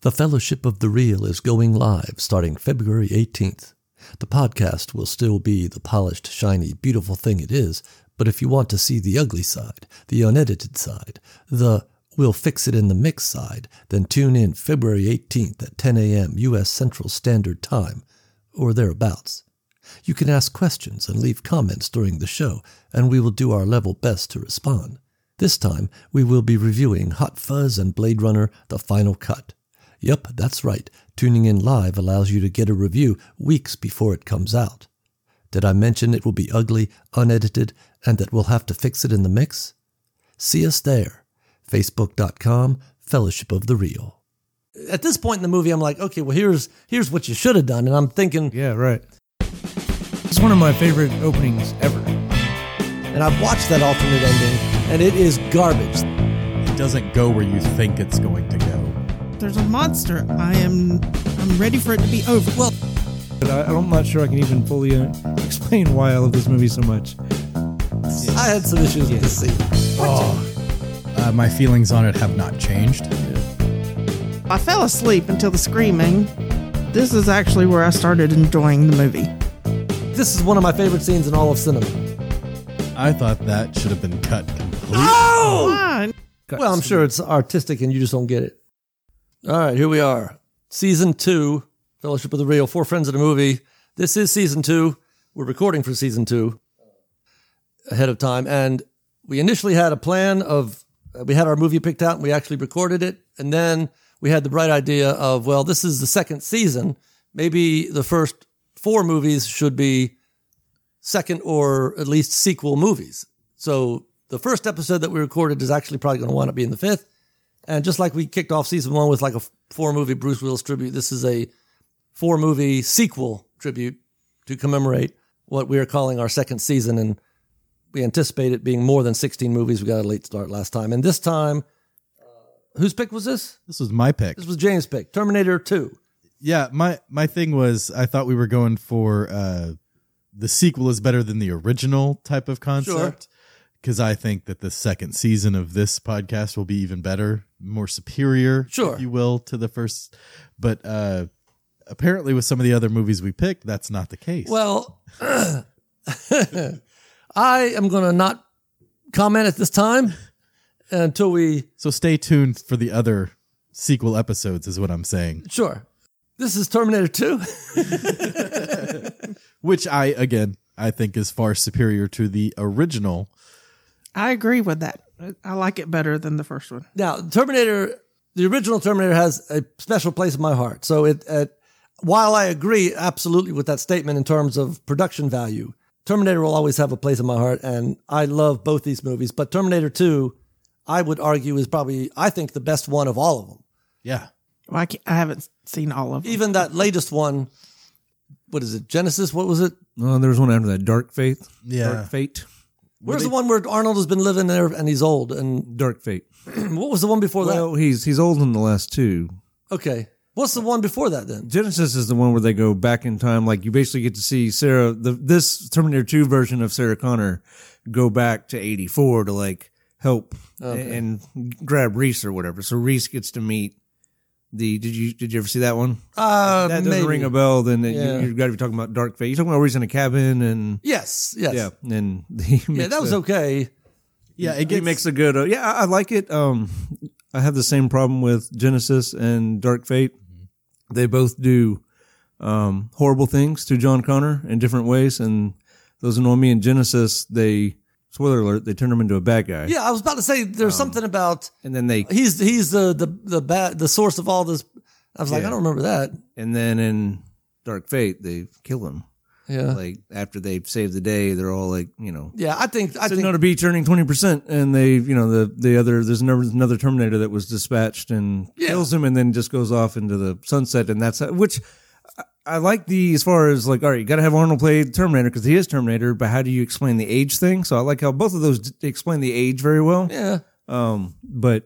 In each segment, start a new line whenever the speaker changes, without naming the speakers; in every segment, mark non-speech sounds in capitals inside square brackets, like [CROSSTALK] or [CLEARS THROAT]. The Fellowship of the Real is going live starting February 18th. The podcast will still be the polished, shiny, beautiful thing it is, but if you want to see the ugly side, the unedited side, the we'll fix it in the mix side, then tune in February 18th at 10 a.m. U.S. Central Standard Time, or thereabouts. You can ask questions and leave comments during the show, and we will do our level best to respond. This time, we will be reviewing Hot Fuzz and Blade Runner The Final Cut. Yep, that's right. Tuning in live allows you to get a review weeks before it comes out. Did I mention it will be ugly, unedited, and that we'll have to fix it in the mix? See us there. Facebook.com, Fellowship of the Real. At this point in the movie, I'm like, okay, well, here's here's what you should have done. And I'm thinking,
Yeah, right. It's one of my favorite openings ever.
and I've watched that alternate ending, and it is garbage.
It doesn't go where you think it's going to go.
There's a monster. I am. I'm ready for it to be over. Well,
But I, I'm not sure I can even fully uh, [LAUGHS] explain why I love this movie so much.
I had some issues with this scene.
Uh, my feelings on it have not changed.
I fell asleep until the screaming. This is actually where I started enjoying the movie.
This is one of my favorite scenes in all of cinema.
I thought that should have been cut completely.
Ah!
Fine.
Well, I'm sure it's artistic and you just don't get it. All right, here we are. Season two, Fellowship of the Real, Four Friends in a Movie. This is season two. We're recording for season two ahead of time. And we initially had a plan of, uh, we had our movie picked out and we actually recorded it. And then we had the bright idea of, well, this is the second season. Maybe the first four movies should be second or at least sequel movies. So the first episode that we recorded is actually probably going to wind up being the fifth. And just like we kicked off season one with like a four movie Bruce Willis tribute, this is a four movie sequel tribute to commemorate what we are calling our second season. And we anticipate it being more than 16 movies. We got a late start last time. And this time, uh, whose pick was this?
This was my pick.
This was James' pick, Terminator 2.
Yeah, my my thing was I thought we were going for uh, the sequel is better than the original type of concept because I think that the second season of this podcast will be even better, more superior,
Sure.
if you will, to the first. But uh, apparently, with some of the other movies we picked, that's not the case.
Well, [CLEARS THROAT] I am going to not comment at this time until we.
So stay tuned for the other sequel episodes, is what I'm saying.
Sure. This is Terminator 2.
Which I, again, I think is far superior to the original.
I agree with that. I like it better than the first one.
[LAUGHS] now, Terminator, the original Terminator has a special place in my heart. So it, it while I agree absolutely with that statement in terms of production value, Terminator will always have a place in my heart, and I love both these movies. But Terminator 2, I would argue, is probably, I think, the best one of all of them.
Yeah.
Well, I, can't, I haven't seen all of them.
even that latest one what is it genesis what was it
Oh, there was one after that, Dark Fate.
Yeah.
Dark Fate.
where's the one where arnold has been living there and he's old and [CLEARS THROAT]
Dark Fate.
what was the one before
Well, he's he's old in the last two.
that okay what's the one before that then
Genesis is the one where they go back in time. Like you basically get to see Sarah, the, this Terminator 2 version of Sarah Connor go back to 84 to like help and, and grab Reese or whatever. So Reese gets to meet the, did you, did you ever see that one?
uh
that
maybe.
doesn't ring a bell. Then
Yeah.
you, you've got to be talking about Dark Fate. You're talking about where he's in a cabin and
yes yes yeah,
yeah, and [LAUGHS] he makes
that was
a,
okay
Yeah. It
he
gets,
makes a good. Uh, yeah, I, I like it. Um, I have the same problem with Genesis and Dark Fate.
Mm-hmm.
They both do um, horrible things to John Connor in different ways, and those annoy me. In Genesis, they spoiler alert, they turn him into a bad guy.
yeah i was about to say there's
Um,
something about
and then they
he's he's the the the bad the source of all this i was like
Yeah.
i don't remember that
and then in Dark Fate, they kill him.
yeah
Like after they've saved the day, they're all like, you know,
yeah i think i
I
think
know to be turning twenty percent, and they, you know, the the other there's another, another Terminator that was dispatched and kills him, and then just goes off into the sunset, and that's which I, I like the as far as like, all right, you got to have Arnold play Terminator because he is Terminator, but how do you explain the age thing? So I like how both of those d- explain the age very well.
yeah
Um, but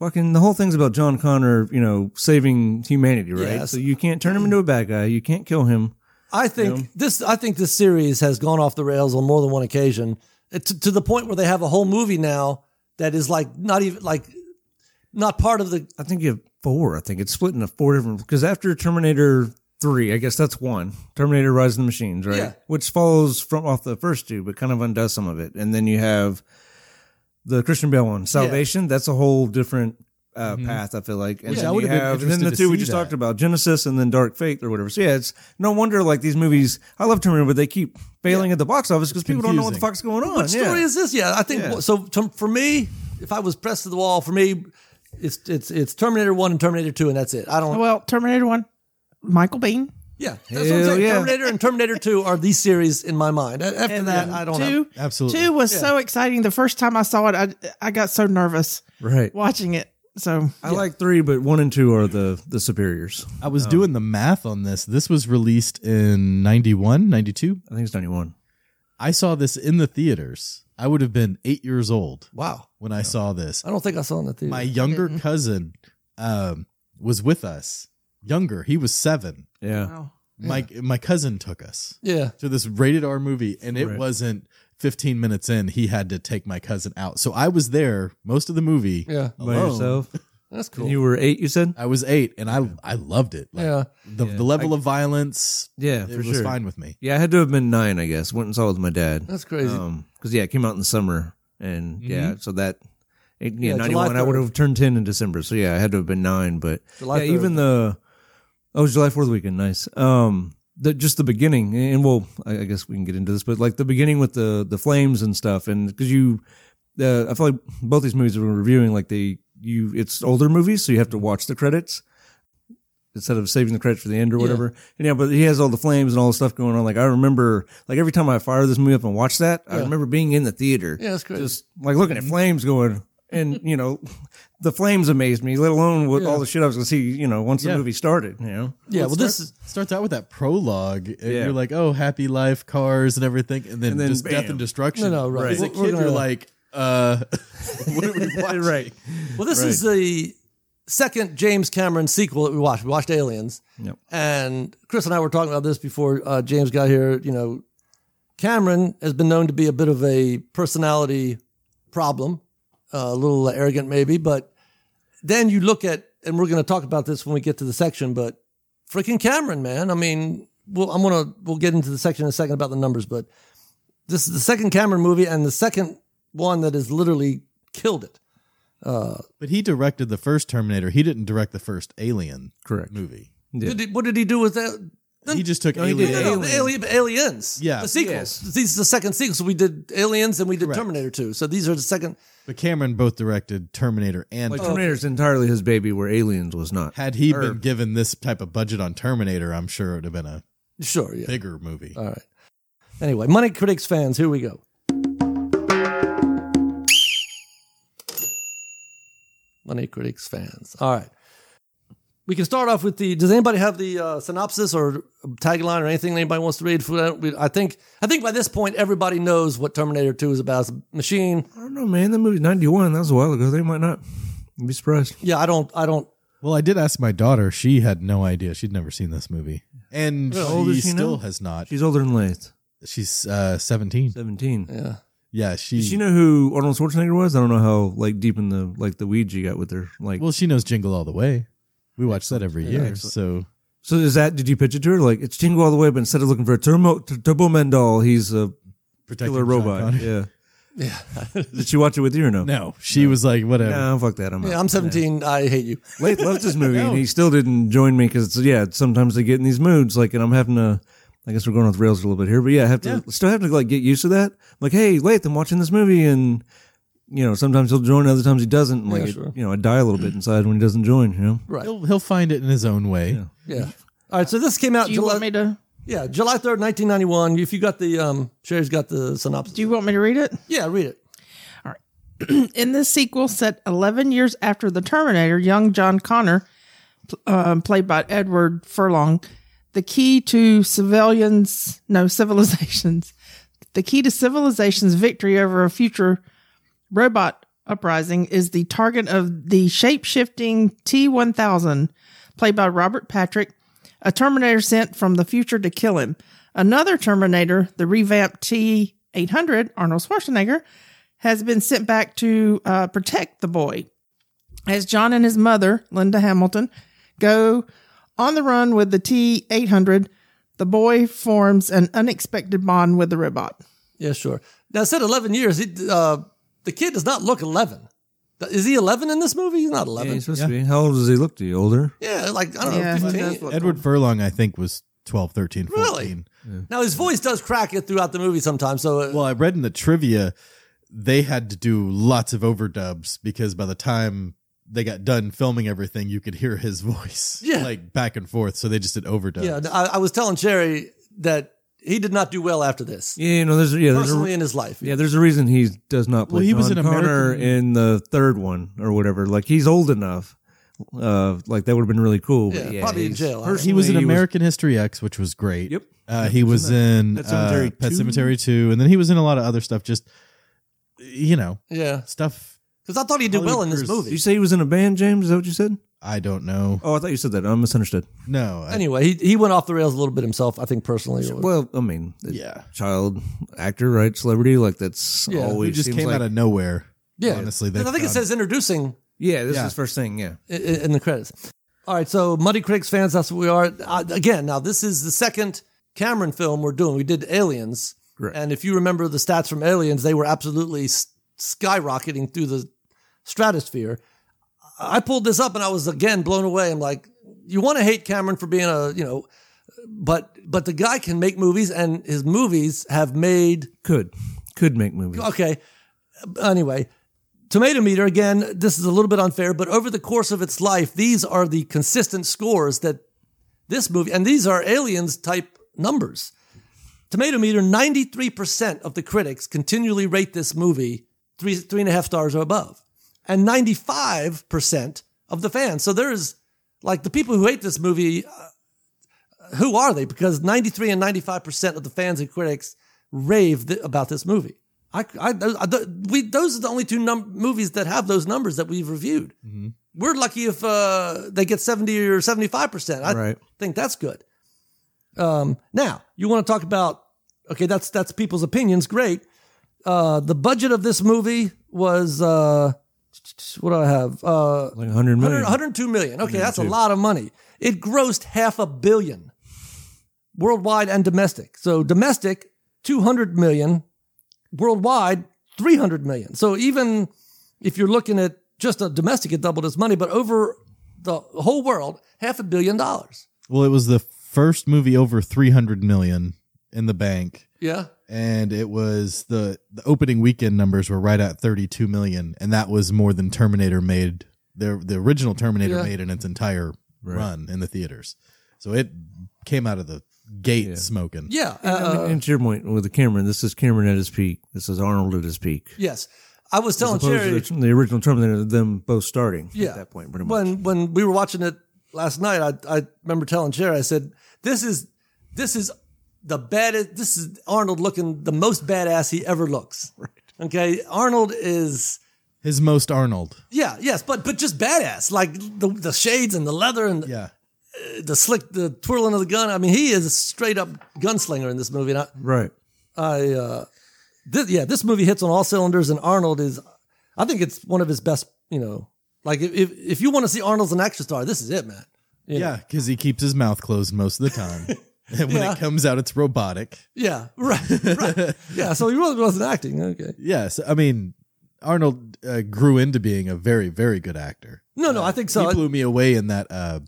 fucking the whole thing's about John Connor, you know, saving humanity, right?
Yes.
So you can't turn him into a bad guy, you can't kill him.
I think this. I think this series has gone off the rails on more than one occasion, It- to, to the point where they have a whole movie now that is like not even like not part of the
I think you have four. I think it's split into four different because after Terminator three, I guess that's one Terminator Rise of the Machines, right?
Yeah.
Which follows from off the first two, but kind of undoes some of it. And then you have the Christian Bale one, Salvation. That's a whole different. Uh, Path, I feel like, and
Which
then
I would
you
have
and then
been interested
the
to
two we
see
just
that.
talked about, Genesis and then Dark Faith or whatever. So yeah, it's no wonder like these movies. I love Terminator, but they keep failing at the box office because people don't know what the
confusing.
fuck's going on.
What story
yeah.
is this? Yeah, I think
Yeah.
so. To, for me, if I was pressed to the wall, for me, it's it's it's Terminator One and Terminator Two, and that's it. I don't.
Well, Terminator 1, Michael Bean.
yeah, that's what I'm
Hell
saying.
yeah.
Terminator and Terminator Two are these series in my mind. A-
[LAUGHS]
After that, I don't.
two,
Have,
Absolutely.
Two was so exciting. The first time I saw it, I, I got so nervous
right.
watching it. So
I like three, but one and two are the the superiors.
I was doing the math on this. This was released in 91, 92.
I think it's ninety one.
I saw this in the theaters. I would have been eight years old
wow,
when I saw this.
Oh,
I don't think I saw it in the theater.
My younger cousin um, was with us. Younger, he was seven.
Yeah,
wow.
My my cousin took us
yeah,
to this rated R movie, and it
Right.
wasn't 15 minutes in. He had to take my cousin out, so I was there most of the movie.
yeah,
by
Alone. Uh,
yourself.
that's cool.
And you were eight. You said.
I was eight, and I I loved it. Like,
yeah,
the,
Yeah.
the level of violence,
Yeah,
it
for
was
sure.
fine with me.
Yeah, I had to have been nine, I guess. Went and saw it with my dad.
that's crazy.
Um, because yeah, it came out in the summer, and yeah, so that. it- yeah,
Yeah, July
91. I would
3rd.
have turned 10 in December. So, yeah, I had to have been nine. But,
July
yeah, even the. Oh, it was July 4th weekend. Nice. Um, the, Just the beginning. And, well, I, I guess we can get into this, but like the beginning with the, the flames and stuff. And because you. Uh, I feel like both these movies we're reviewing, like they. You, it's older movies, so you have to watch the credits instead of saving the credits for the end or whatever. And yeah, but he has all the flames and all the stuff going on. Like I remember, like every time I fire this movie up and watch that, I remember being in the theater.
Yeah, that's crazy.
Just like looking at flames going, and you know, the flames amazed me. Let alone with all the shit I was gonna see. You know, once
Yeah.
the movie started, you [LAUGHS] know.
yeah, well, this is
starts out with that prologue. and
Yeah.
You're like, oh, happy life, cars, and everything, and then,
And then
just death
bam.
and destruction.
No, no, right.
As a
We're- we're
kid,
gonna-
you're like, uh, [LAUGHS] what are we
[LAUGHS]
watching?
Right.
Well, this is the second James Cameron sequel that we watched. We watched Aliens.
Yep.
And Chris and I were talking about this before uh, James got here. You know, Cameron has been known to be a bit of a personality problem, uh, a little arrogant maybe, but then you look at, and we're going to talk about this when we get to the section, but freaking Cameron, man. I mean, we'll, I'm going to, we'll get into the section in a second about the numbers, but this is the second Cameron movie and the second one that has literally killed it. Uh,
But he directed the first Terminator. He didn't direct the first Alien
Correct.
movie.
Did he, what did he do with that?
He just took
he
Alien.
did
No, no, the alien, aliens.
Yeah.
the sequels. These are the second sequels. So we did Aliens and we did Terminator Two. So these are the second.
But Cameron both directed Terminator and
Like
Terminator.
Terminator's entirely his baby, where Aliens was not.
Had he been given this type of budget on Terminator, I'm sure it would have been a
Sure. Yeah.
bigger movie.
Uh,
All right. Anyway, Money Critics fans, here we go. Money Critics fans. All right. We can start off with the. Does anybody have the uh, synopsis or tagline or anything anybody wants to read? For that? We- I think I think by this point everybody knows what Terminator Two is about. It's a machine.
I don't know, man. That movie's ninety one. That was a while ago. They might not. You'd be surprised.
Yeah, I don't. I don't.
Well, I did ask my daughter. She had no idea. She'd never seen this movie, and
How old
she,
is she
still
now?
has not.
She's older than Lath.
She's uh, 17.
Seventeen.
Yeah.
Yeah, she.
Did she know who Arnold Schwarzenegger was? I don't know how like deep in the like the weeds you got with her. Like,
well, she knows Jingle All the Way. We watch that every year. so
so is that? Did you pitch it to her? Like, it's Jingle all the way, but instead of looking for a turbo t- Turbo Man doll, he's a
protecting
killer
Sean
robot.
Connery.
Yeah, [LAUGHS] yeah. did she watch it with you or no?
No, she was like, whatever.
Nah, fuck that. I'm
Yeah,
out.
I'm 17. I hate you.
Late loved this movie, and he still didn't join me because yeah. Sometimes they get in these moods, like, and I'm having to. I guess we're going off the rails a little bit here, but yeah, I have to still have to like get used to that. like, hey, late, I'm watching this movie, and you know, sometimes he'll join, other times he doesn't. And, like, it- you know, I die a little bit inside when he doesn't join. You know,
Right.
He'll he'll find it in his own way.
Yeah. All right. So this came out
Do you
July.
want me to?
yeah, July third, nineteen ninety one. If you got the um, Sherry's got the synopsis.
Do you want me to read it?
yeah, read it.
[CLEARS THROAT] In this sequel, set 11 years after the Terminator, young John Connor, pl- um, played by Edward Furlong, the key to civilians, no, [LAUGHS] civilizations, the key to civilization's victory over a future robot uprising is the target of the shape shifting T 1000, played by Robert Patrick, a Terminator sent from the future to kill him. Another Terminator, the revamped T 800, Arnold Schwarzenegger, has been sent back to uh, protect the boy. as John and his mother, Linda Hamilton, go on the run with the T 800, the boy forms an unexpected bond with the robot.
Yeah, sure. Now, it said 11 years. He, uh, the kid does not look 11. Is he 11 in this movie? He's not
Yeah,
11.
he's supposed to be. How old does he look to you? Older?
Yeah, like, I don't
Yeah,
know,
he
15.
does look-
Edward Furlong, I think, was 12, 13, 14.
Really? Now, his voice does crack it throughout the movie sometimes. So, uh,
Well, I read in the trivia they had to do lots of overdubs because by the time they got done filming everything, you could hear his [LAUGHS] voice
Yeah.
like back and forth. So they just did overdubs.
yeah, I, I was telling Sherry that he did not do well after this,
Yeah, you know, there's yeah, there's
personally
a,
in his life.
yeah, there's a reason he does not play.
Well, he was
John
an
Connor
American-
in the third one or whatever. Like he's old enough. Uh, like that would have been really cool. but
Yeah, probably in
he's-
jail, I
personally,
He was in American History X, which was great.
Yep.
Uh, he was in
Pet Sematary
Pet Cemetery, Pet
2.
Cemetery 2, and then he was in a lot of other stuff, just, you know,
Yeah.
stuff
Because I thought he'd do well in this
Hollywood
Did
movie.
you say he was in a band, James? Is that what you said?
I don't know.
Oh, I thought you said that. I misunderstood.
No. I-
Anyway, he, he went off the rails a little bit himself, I think, personally.
Well, I mean,
yeah.
child actor, right? Celebrity, like that's
Yeah,
always
He just
seems
came
like-
out of nowhere.
yeah.
honestly, they
And I think it
found-
says introducing
Yeah, this
Yeah.
is first thing. Yeah,
i- i- in the credits. All right, so Muddy Creeks fans, that's what we are. Uh, again, now this is the second Cameron film we're doing. We did Aliens,
Correct.
and if you remember the stats from Aliens, they were absolutely s- skyrocketing through the stratosphere. I I pulled this up and I was again blown away. I'm like, you want to hate Cameron for being a you know, but but the guy can make movies, and his movies have made
could could make movies.
Okay. Anyway, Tomato Meter, again, this is a little bit unfair, but over the course of its life, these are the consistent scores that this movie, and these are aliens type numbers. Tomato Meter, 93% of the critics continually rate this movie three, three and a half stars or above, and 95% of the fans. So there's like the people who hate this movie, uh, who are they? Because 93 and 95% of the fans and critics rave th- about this movie. I, I, those, I, th- we, those are the only two num- movies that have those numbers that we've reviewed. We're lucky if uh, they get 70 or 75%. I
Right.
think that's good. Um, now, you want to talk about, okay, that's, that's people's opinions. Great. Uh, the budget of this movie was, uh, what do I have? Uh,
Like 100
100,
million.
102 million. Okay, that's a lot of money. It grossed half a billion worldwide and domestic. So domestic, 200 million. Worldwide, 300 million. So even if you're looking at just a domestic, it doubled its money, but over the whole world, half a billion dollars.
Well, it was the first movie over 300 million in the bank.
Yeah.
And it was the, the opening weekend numbers were right at 32 million. And that was more than Terminator made, the, the original Terminator
Yeah.
made in its entire run in the theaters. So it came out of the gate smoking.
Yeah.
I mean,
uh,
and to your point with the Cameron, this is Cameron at his peak. This is Arnold at his peak.
yes. I was telling
Opposed to
Sherry.
the, the original Terminator, them both starting
Yeah.
at that point, pretty much.
when when we were watching it last night, I, I remember telling Jerry, I said, "This is this is the baddest. This is Arnold looking the most badass he ever
[LAUGHS]
looks." Okay, Arnold is
His most Arnold.
yeah, yes, but but just badass, like the the shades and the leather and
Yeah.
the slick, the twirling of the gun. I mean, he is a straight up gunslinger in this movie. And I,
right.
I uh, this, yeah, this movie hits on all cylinders, and Arnold is, I think it's one of his best. You know, like if if, if you want to see Arnold as an action star, this is it, man.
Yeah. Because he keeps his mouth closed most of
[LAUGHS]
the time. [LAUGHS] and when
Yeah.
it comes out, it's robotic.
Yeah, right, right. yeah, so he really wasn't acting. Okay.
Yes. I mean, Arnold uh, grew into being a very, very good actor.
No, no, I think so.
he blew me away in that uh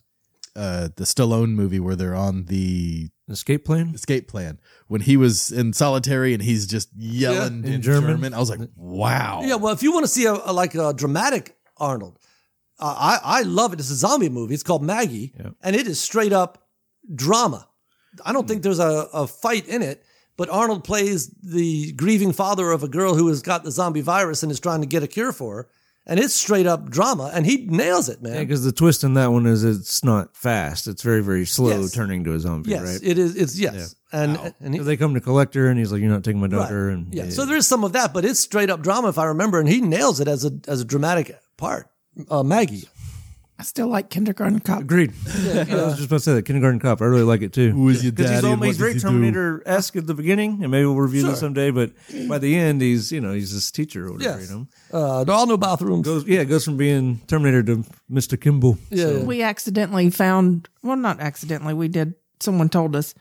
uh the Stallone movie where they're on the
Escape plan?
escape plan when he was in solitary and he's just yelling
Yeah, in
in,
German.
German. I was like, wow.
yeah, well, if you want to see a, a- like a dramatic Arnold, uh, I I love it. It's a zombie movie. It's called Maggie, and it is straight up drama. I don't think there's a, a fight in it, but Arnold plays the grieving father of a girl who has got the zombie virus and is trying to get a cure for her, and it's straight up drama, and he nails it, man.
Yeah, because the twist in that one is it's not fast. It's very, very slow
Yes.
turning to a zombie,
yes,
right?
it is. It's yes, and and he,
So they come to collect her, and he's like, "You're not taking my
Right.
daughter." And
yeah. so there is some of that, but it's straight up drama if I remember, and he nails it as a as a dramatic part. Uh, Maggie,
I still like Kindergarten Cop.
Agreed. [LAUGHS] I was just about to say that Kindergarten Cop. I really like it too.
Who is your
Because
daddy?
he's
and what
always
does
very
he do?
Terminator esque at the beginning, and maybe we'll review this someday. But by the end, he's you know he's this teacher or whatever.
Yes.
You know,
Uh, there are no bathrooms.
goes yeah goes from being Terminator to Mr. Kimball.
yeah, yeah.
We accidentally found, well, not accidentally, we did, someone told us.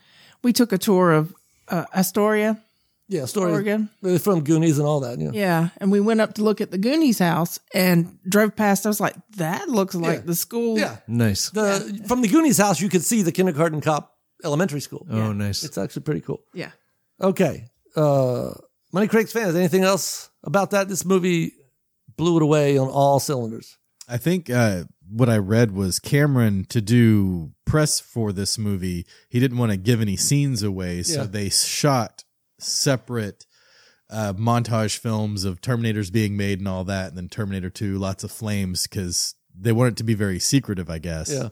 We took a tour of uh, Astoria.
yeah, story
Oregon?
They're from Goonies and all that. Yeah,
Yeah. And we went up to look at the Goonies house and drove past. I was like, that looks like
Yeah.
the school.
yeah.
Nice.
The from the Goonies house, you could see the kindergarten cop elementary school.
Oh, nice.
It's actually pretty cool.
Yeah.
Okay, uh, Money Craig's fans. Anything else about that? This movie blew it away on all cylinders.
I think uh, what I read was Cameron to do press for this movie. He didn't want to give any scenes away, so
Yeah.
they shot separate uh, montage films of Terminators being made and all that, and then Terminator Two, lots of flames because they want it to be very secretive. I guess.
Yeah.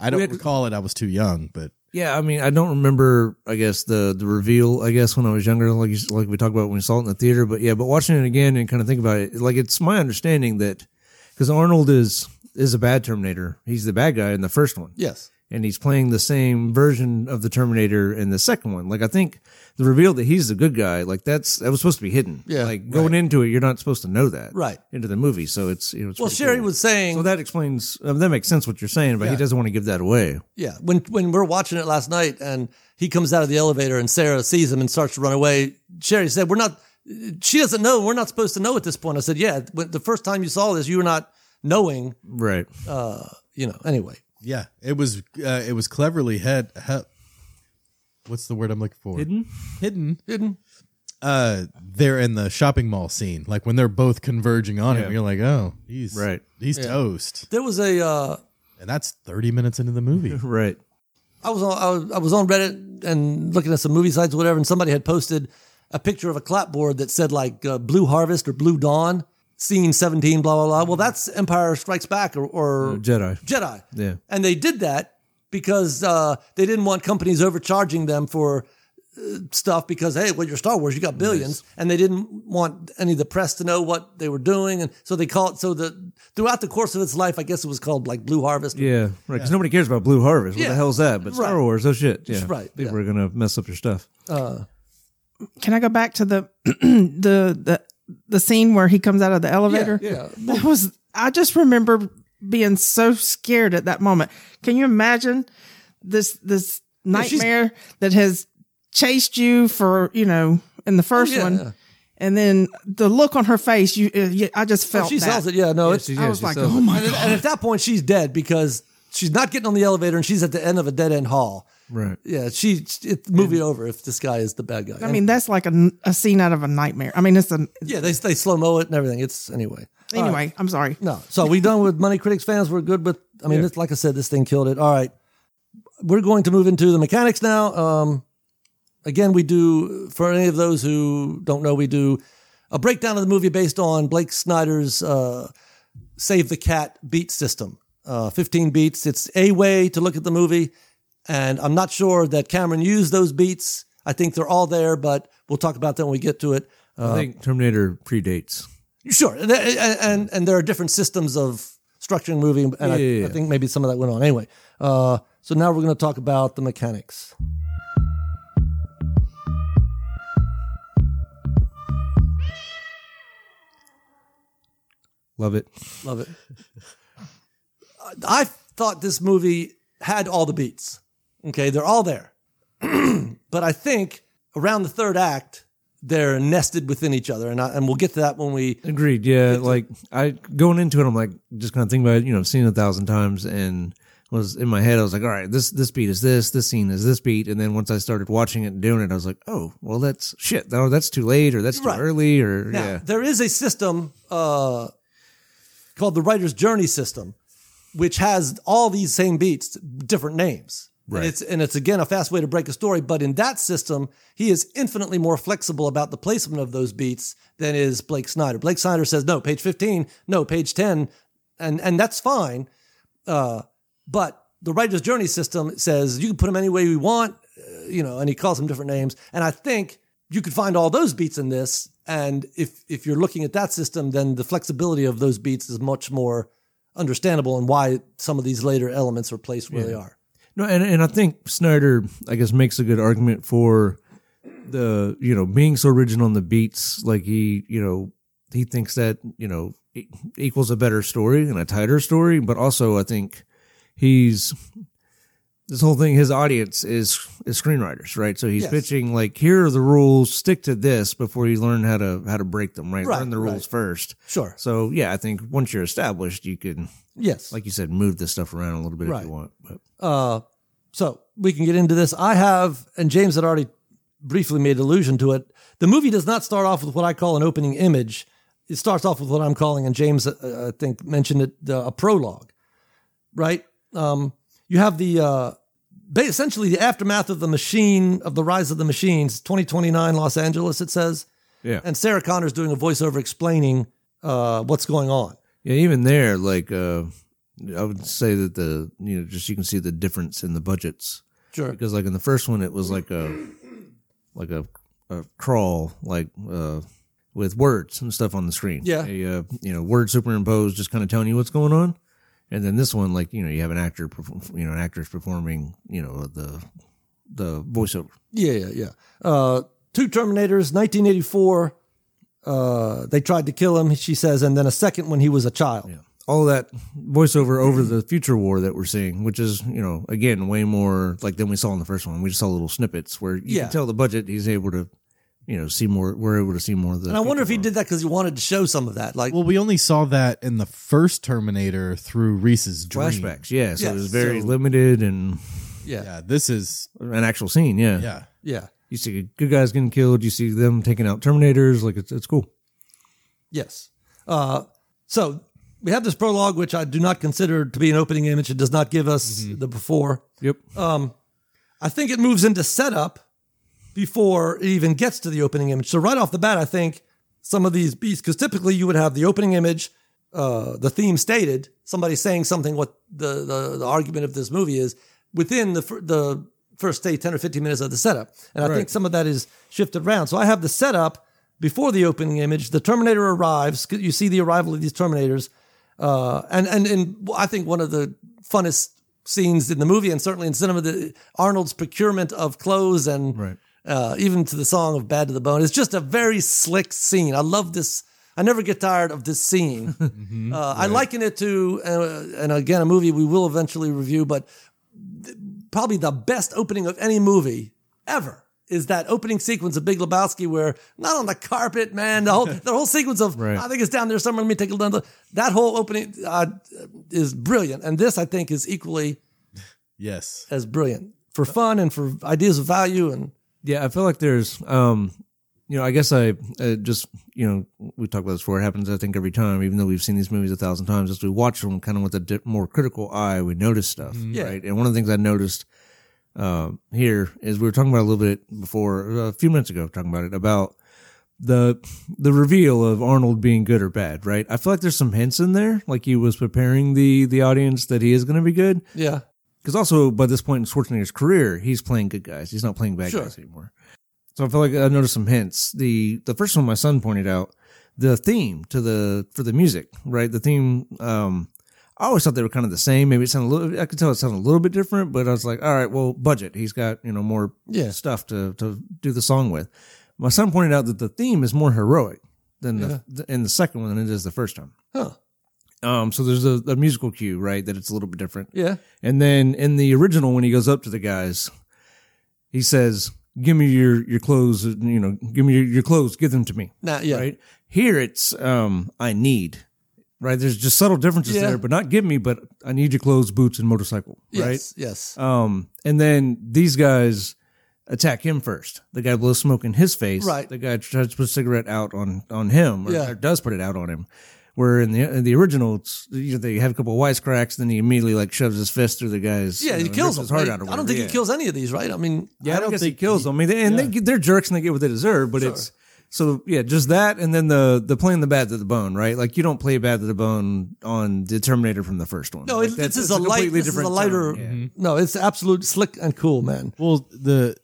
I
We
don't
had-
recall it. I was too young, but
Yeah, I mean, I don't remember. I guess the the reveal. I guess when I was younger, like you, like we talked about when we saw it in the theater. But yeah, but watching it again and kind of think about it, like it's my understanding that because Arnold is is a bad Terminator. He's the bad guy in the first one.
Yes.
and he's playing the same version of the Terminator in the second one. Like I think the reveal that he's the good guy, like that's that was supposed to be hidden.
Yeah,
like going into it, you're not supposed to know that.
Right.
into the movie, so it's you know, it's
Well,
pretty
Sherry
cool.
was saying
So that explains uh, that makes sense what you're saying, but he doesn't want to give that away.
Yeah, when when we're watching it last night, and he comes out of the elevator, and Sarah sees him and starts to run away. Sherry said, "We're not. She doesn't know. We're not supposed to know at this point." I said, "Yeah, when, the first time you saw this, you were not knowing.
Right.
Uh, you know. Anyway,
yeah, it was uh, it was cleverly head. He- What's the word I'm looking for?
Hidden?
Hidden.
didn't
uh they're in the shopping mall scene like when they're both converging on him you're like oh he's
Right.
he's toast
there was a uh,
and that's 30 minutes into the movie [LAUGHS]
Right.
I was on I was, I was on Reddit and looking at some movie sites or whatever, and somebody had posted a picture of a clapboard that said like uh, Blue Harvest or Blue Dawn, scene seventeen, blah blah blah. Well, that's Empire Strikes Back or, or
Jedi.
Jedi.
Yeah.
And they did that because uh, they didn't want companies overcharging them for uh, stuff because, hey, well, you're Star Wars, you got billions. And they didn't want any of the press to know what they were doing. And so they called, so the, throughout the course of its life, I guess it was called like Blue Harvest.
Yeah. Right. Because nobody cares about Blue Harvest. What
Yeah.
the hell's that? But
Right.
Star Wars. Oh shit. Yeah.
Right,
People
yeah.
are gonna mess up your stuff.
Can I go back to the, [CLEARS THROAT] the, the, the scene where he comes out of the elevator?
Yeah.
That was I just remember being so scared at that moment. Can you imagine this this
she's-
nightmare that has chased you for, you know, in the first
yeah,
one
Oh, yeah.
and then the look on her face, you, uh, you I just felt
She
that.
sells it. Yeah, no, it's,
she-
I
yeah,
was
she
like,
sells
"Oh
it.
my
and, and at that point, she's dead because she's not getting on the elevator and she's at the end of a dead end hall.
Right.
Yeah, she, it's movie over if this guy is the bad guy.
I mean, that's like a, a scene out of a nightmare. I mean, it's a
yeah, they, they slow mo it and everything. It's anyway.
anyway, I'm sorry.
No. So we done with Money Critics fans. We're good with. I mean, this, like I said, this thing killed it. All right, we're going to move into the mechanics now. Um, again, we do for any of those who don't know, we do a breakdown of the movie based on Blake Snyder's uh, Save the Cat beat system. Uh, 15 beats. It's a way to look at the movie, and I'm not sure that Cameron used those beats. I think they're all there, but we'll talk about them when we get to it. Uh,
I think Terminator predates.
Sure, and, and and there are different systems of structuring movie, and I,
Yeah, yeah, yeah.
I think maybe some of that went on anyway. Uh, so now we're going to talk about the mechanics.
Love it.
Love
[LAUGHS]
it. I I thought this movie had all the beats. Okay, they're all there, [CLEARS THROAT] but I think around the third act they're nested within each other, and I, and we'll get to that when we.
Agreed. Yeah, like I going into it, I'm like just kind of thinking about it. You know, I've seen it a thousand times, and was in my head. I was like, all right, this this beat is this, this scene is this beat, and then once I started watching it and doing it, I was like, oh, well, that's shit. No, that's too late, or that's too
Right.
early, or
Now,
yeah,
there is a system uh, called the Writer's Journey System, which has all these same beats, different names.
Right.
And it's and it's again a fast way to break a story, but in that system, he is infinitely more flexible about the placement of those beats than is Blake Snyder. Blake Snyder says no, page fifteen, no, page ten, and and that's fine. Uh, but the writer's journey system says you can put them any way we want, uh, you know, and he calls them different names. And I think you could find all those beats in this. And if if you're looking at that system, then the flexibility of those beats is much more understandable and why some of these later elements are placed where they are.
No, and and I think Snyder, I guess, makes a good argument for the you know being so rigid on the beats, like he you know he thinks that you know e- equals a better story and a tighter story, but also I think he's this whole thing his audience is is screenwriters right so he's
Yes.
pitching like here are the rules stick to this before you learn how to how to break them right,
Right,
learn the
right.
rules first
Sure.
so yeah i think once you're established you can
Yes.
like you said move this stuff around a little bit if
Right.
you want but
Uh, so we can get into this. I have, and James had already briefly made allusion to it. The movie does not start off with what I call an opening image. It starts off with what I'm calling, and James, uh, I think, mentioned it, uh, a prologue, right? Um, you have the uh, ba- essentially the aftermath of the machine, of the rise of the machines, 2029 Los Angeles, it says.
Yeah.
And Sarah Connor's doing a voiceover explaining uh, what's going on.
Yeah, even there, like uh, I would say that the you know just you can see the difference in the budgets
Sure.
because like in the first one it was like a like a, a crawl like uh, with words and stuff on the screen.
Yeah.
a, uh, you know words superimposed, just kind of telling you what's going on. And then this one, like you know, you have an actor, perform, you know, an actress performing, you know, the the voiceover.
Yeah, yeah, yeah. Uh, two Terminators, 1984. Uh, they tried to kill him, she says, and then a second when he was a child.
all that voiceover over the future war that we're seeing, which is, you know, again, way more like than we saw in the first one. We just saw little snippets where you
Yeah.
can tell the budget he's able to, you know, see more. We're able to see more of the.
And I wonder if he did that because he wanted to show some of that. Like,
Well, we only saw that in the first Terminator through Reese's dream.
flashbacks. Yeah. So it
Yes,
was very
so-
limited and
yeah,
Yeah, this is
an actual scene. Yeah.
yeah.
yeah,
You see good guys getting killed. You see them taking out Terminators. Like it's, it's cool.
yes. Uh, so we have this prologue, which I do not consider to be an opening image. It does not give us
Mm-hmm.
the before.
Yep.
I think it moves into setup before it even gets to the opening image. So right off the bat, I think some of these beats, because typically you would have the opening image, uh, the theme stated, somebody saying something. What the the, the argument of this movie is within the fir- the first say ten or fifteen minutes of the setup, and I think some of that is shifted around. So I have the setup before the opening image. The Terminator arrives. You see the arrival of these Terminators. Uh, and and and I think one of the funnest scenes in the movie, and certainly in cinema, the Arnold's procurement of clothes and
Right.
uh, even to the song of "Bad to the Bone" is just a very slick scene. I love this. I never get tired of this scene. uh, I liken it to, uh, and again, a movie we will eventually review, but th- probably the best opening of any movie ever. Is that opening sequence of Big Lebowski where not on the carpet, man? The whole the whole sequence of
Right.
I think it's down there somewhere. Let me take a look. That whole opening uh, is brilliant, and this I think is equally
Yes.
as brilliant for fun and for ideas of value and
Yeah, I feel like there's, um, you know, I guess I uh, just, you know, we talk about this before. It happens, I think, every time, even though we've seen these movies a thousand times. As we watch them, kind of with a di- more critical eye, we notice stuff,
Yeah.
right? And one of the things I noticed uh, here is we were talking about a little bit before, uh, a few minutes ago, talking about it about the the reveal of Arnold being good or bad, right? I feel like there's some hints in there, like he was preparing the the audience that he is going to be good
yeah.
because also by this point in Schwarzenegger's career, he's playing good guys. He's not playing bad
Sure.
guys anymore. So I feel like I noticed some hints. The the first one my son pointed out the theme to the for the music, right? The theme. Um, I always thought they were kind of the same. Maybe it sounded a little. I could tell it sounded a little bit different, but I was like, all right, well, budget. He's got you know more
Yeah.
stuff to to do the song with. My son pointed out that the theme is more heroic than the in the second one than it is the first time.
Huh.
Um, so there's a, a musical cue, right? That it's a little bit different.
Yeah.
And then in the original, when he goes up to the guys, he says, "Give me your your clothes. You know, give me your, your clothes. Give them to me."
Nah, yeah.
Right here, it's um, "I need." Right, there's just subtle differences
Yeah.
there, but not give me, but I need your clothes, boots, and motorcycle. Right.
Yes. Yes.
Um, and then these guys attack him first. The guy blows smoke in his face.
Right.
The guy tries to put a cigarette out on on him, or,
Yeah.
or does put it out on him. Where in the in the original, it's, you know, they have a couple of wisecracks, then he immediately like shoves his fist through the guy's.
yeah,
you
he
know,
kills
rips
them.
His heart
They-
out or
I don't
whatever.
think
Yeah.
he kills any of these, right? I mean,
Yeah, I don't
don't
guess
think
he kills them. I mean, and they, they're jerks and they get what they deserve. But it's so yeah, just that, and then the the playing the bad to the bone, right? Like you don't play bad to the bone on the Terminator from the first one.
no,
like,
it,
that's-
this is
it's
a light.
completely
This is a
different
lighter.
tone. Yeah.
No, it's absolute slick and cool, man.
Well, the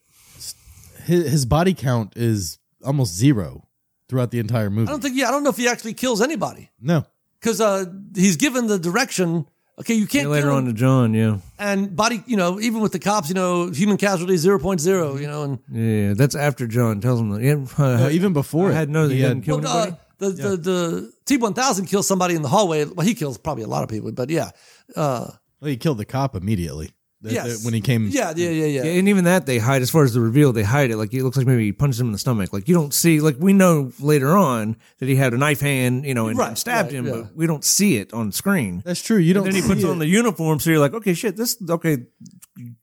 his, his body count is almost zero throughout the entire movie.
I don't think. Yeah, I don't know if he actually kills anybody.
no.
because uh, he's given the direction. Okay, you can't
Later
kill
on
him.
to John, yeah.
and body. You know, even with the cops, you know, human casualty 0.0, You know, and
Yeah, that's after John tells him that. Yeah, [LAUGHS]
No, even before
I
it,
had no, he
he had-
didn't kill
Well,
anybody.
uh, the, the the T one thousand kills somebody in the hallway. Well, he kills probably a lot of people, but yeah, uh,
well, he killed the cop immediately. The-
Yes.
the- uh, when he came,
yeah, yeah, yeah, yeah.
Yeah, and even that they hide. As far as the reveal, they hide it. Like it looks like maybe he punched him in the stomach. Like you don't see. Like we know later on that he had a knife hand, you know, and,
Right,
stabbed
right,
him,
yeah.
but we don't see it on screen.
that's true. You don't.
then he
see
puts
it.
on the uniform, so you're like, okay, shit, this okay,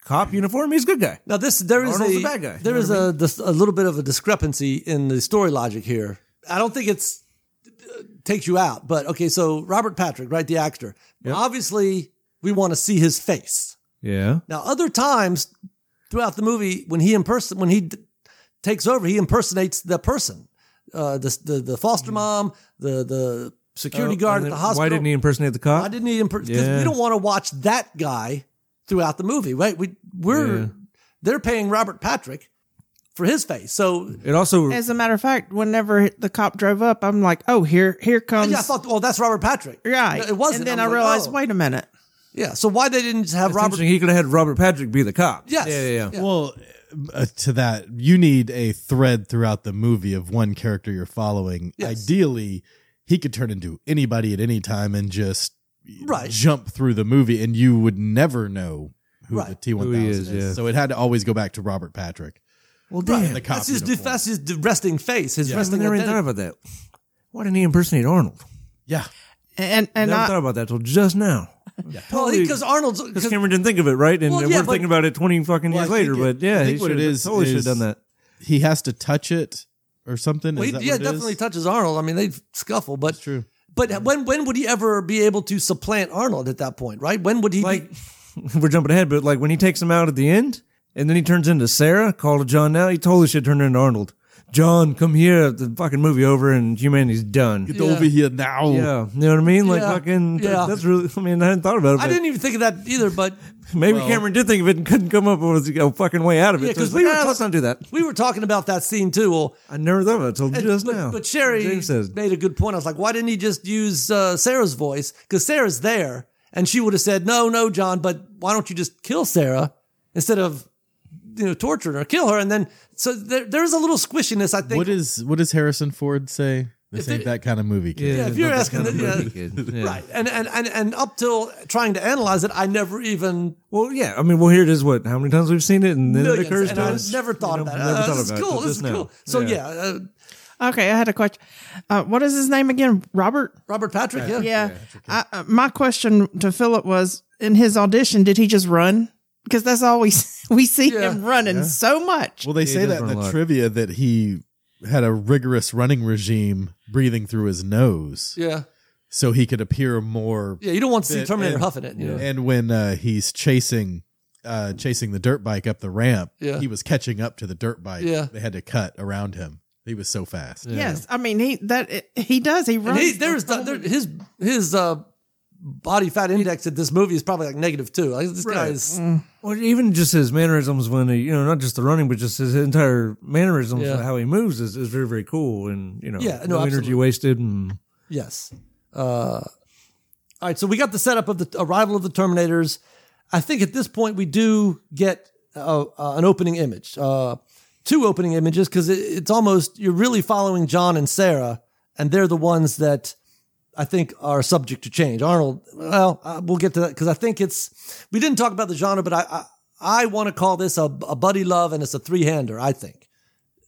cop uniform. He's a good guy.
Now this there is
Arnold's
a
the bad guy, you
there
know
is
what I
a this- a little bit of a discrepancy in the story logic here. I don't think it's uh, takes you out, but okay. So Robert Patrick, right, the actor. Obviously, we want to see his face.
Yeah,
Now, other times throughout the movie, when he imperson when he d- takes over, he impersonates the person, uh, the, the the
Mm.
foster mom, the the security guard at the hospital.
Oh, Why didn't he impersonate the cop?
Why didn't he? Because
Yeah.
we don't want to watch that guy throughout the movie, right? We we're
Yeah.
they're paying Robert Patrick for his face, so
It also
As a matter of fact, whenever the cop drove up, I'm like, "Oh, here, here comes."
yeah, I thought, well, that's Robert Patrick.
right.
it wasn't.
And then I,
was like,
realized,
oh.
wait a minute.
yeah. So why they didn't have
Robert,
Robert?
he could have had Robert Patrick be the cop.
Yes.
Yeah, yeah, yeah.
Well, uh, to that, you need a thread throughout the movie of one character you're following.
Yes.
Ideally, he could turn into anybody at any time and just
Right.
jump through the movie, and you would never know who
Right.
the
Who
T1000
he
is.
is, yeah.
So it had to always go back to Robert Patrick.
Well,
Right.
damn.
the cop
that's his
uniform.
that's his resting face. His
I
resting.
never even thought
identity.
about that. Why didn't he impersonate Arnold?
Yeah,
And and
never
I,
thought about that till just now.
Well, because Arnold's
Because
'cause-
Cameron didn't think of it, right? And
Well,
we're
yeah, but-
thinking about it twenty fucking
Well,
years
I think
later.
it-
but yeah,
I think
he
what it
should've-
is
totally should have
is-
done that. [LAUGHS]
he has to touch it or something.
well,
Is
he-
that
yeah,
what it is?
definitely touches Arnold. I mean, they scuffle, but
That's true.
But when when would he ever be able to supplant Arnold at that point? Right? When would he? be-
Like we're jumping ahead, but like when he takes him out at the end, and then he turns into Sarah, called to John. Now he totally should turn into Arnold. John, come here. The fucking movie over, and humanity's done.
Get over here now.
Yeah, you know what I mean? Like
Yeah.
fucking.
Yeah.
That's really. I mean, I hadn't thought about it.
I
but-
didn't even think of that either. But
Maybe Cameron did think of it and couldn't come up with a fucking way out of it.
Yeah,
So
'cause
it's
we
like,
were
"Ah,
talk-
let's not do that.
we were talking about that scene too. Well,
I never thought of it until just
but,
now.
but Sherry
James says,
made a good point. I was like, why didn't he just use uh, Sarah's voice? Because Sarah's there, and she would have said, "No, no, John, but why don't you just kill Sarah instead of you know torturing her, kill her?" And then so there, there is a little squishiness. I think.
What is what does Harrison Ford say? This ain't that kind of movie. Kid.
yeah, if you're
not
asking
kind
that-
of
yeah. [LAUGHS]
movie kid. Yeah.
Right, and, and and and up till trying to analyze it, I never even
Well, yeah. I mean, well, here it is. What? How many times we've seen it, and then
millions,
it occurs
and
to
I
us.
never thought
You know,
about it.
never
Uh,
thought
this
about
is
it
cool.
till
This
just
is
now.
cool. So yeah, uh,
okay, I had a question. Uh, what is his name again? Robert.
Robert Patrick. Yeah.
Yeah. I, uh, my question to Philip was: In his audition, did he just run? Because that's always we [LAUGHS] see
Yeah.
him running so much.
Well, they
he
say
does
that in
run a
the
lot.
trivia that he had a rigorous running regime, breathing through his nose,
yeah,
so he could appear more.
yeah. You don't want to see
It-
Terminator
it-
huffing it. You know?
And when uh, he's chasing, uh, chasing the dirt bike up the ramp,
Yeah.
he was catching up to the dirt bike.
Yeah.
they had to cut around him. He was so fast.
Yes, I mean he that he does he
And
runs.
he, there's the, there, his his uh, body fat index at this movie is probably like negative two. Like this guy is
Well, even just his mannerisms when he, you know, not just the running, but just his entire mannerisms
Yeah.
and how he moves is, is very, very cool. And you know,
Yeah, no,
no energy
absolutely.
wasted. And
yes. Uh, all right, so we got the setup of the arrival of the Terminators. I think at this point we do get uh, uh, an opening image, uh, two opening images, because it, it's almost you're really following John and Sarah, and they're the ones that I think are subject to change. Arnold, well, uh, we'll get to that because I think it's we didn't talk about the genre, but I I, I want to call this a, a buddy love, and it's a three hander. I think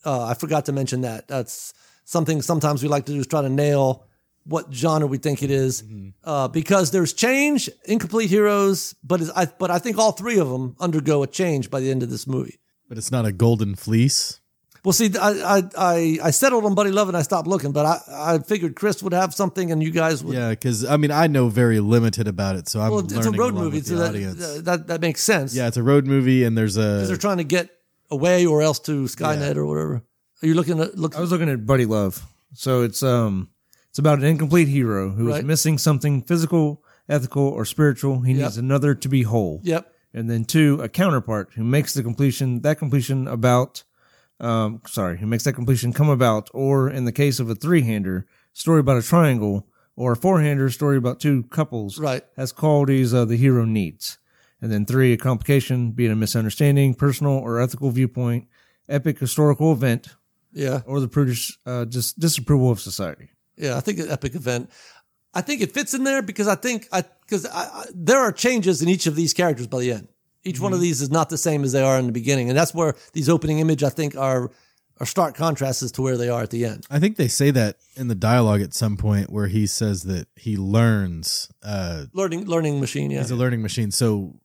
uh, I forgot to mention that. That's something sometimes we like to do is try to nail what genre we think it is.
Mm-hmm.
uh, because there's change, incomplete heroes, but is, I but I think all three of them undergo a change by the end of this movie.
But it's not a golden fleece.
Well, see, I I I, I settled on Buddy Love and I stopped looking, but I, I figured Chris would have something and you guys would.
Yeah, because I mean I know very limited about it, so I'm
well,
learning
it's a road
along
movie,
with the
so that,
audience.
that that makes sense.
yeah, it's a road movie, and there's
they're
a
trying to get away or else to Skynet or whatever. Are you looking at look?
Oh.
I was looking at Buddy Love. So it's um it's about an incomplete hero who is
Right.
missing something physical, ethical, or spiritual. He needs another to be whole.
yep.
And then two, a counterpart who makes the completion that completion about um sorry, who makes that completion come about, or in the case of a three hander, story about a triangle or a four-hander story about two couples
Right.
has qualities uh, the hero needs. And then three, a complication, be it a misunderstanding, personal or ethical viewpoint, epic historical event,
Yeah.
or the prudish uh, dis- disapproval of society.
Yeah, I think an epic event. I think it fits in there because I think I because I, I, there are changes in each of these characters by the end. Each one
Mm-hmm.
of these is not the same as they are in the beginning, and that's where these opening image I think are are stark contrasts as to where they are at the end.
I think they say that in the dialogue at some point where he says that he learns. Uh,
Learning learning machine, yeah,
He's a learning machine, so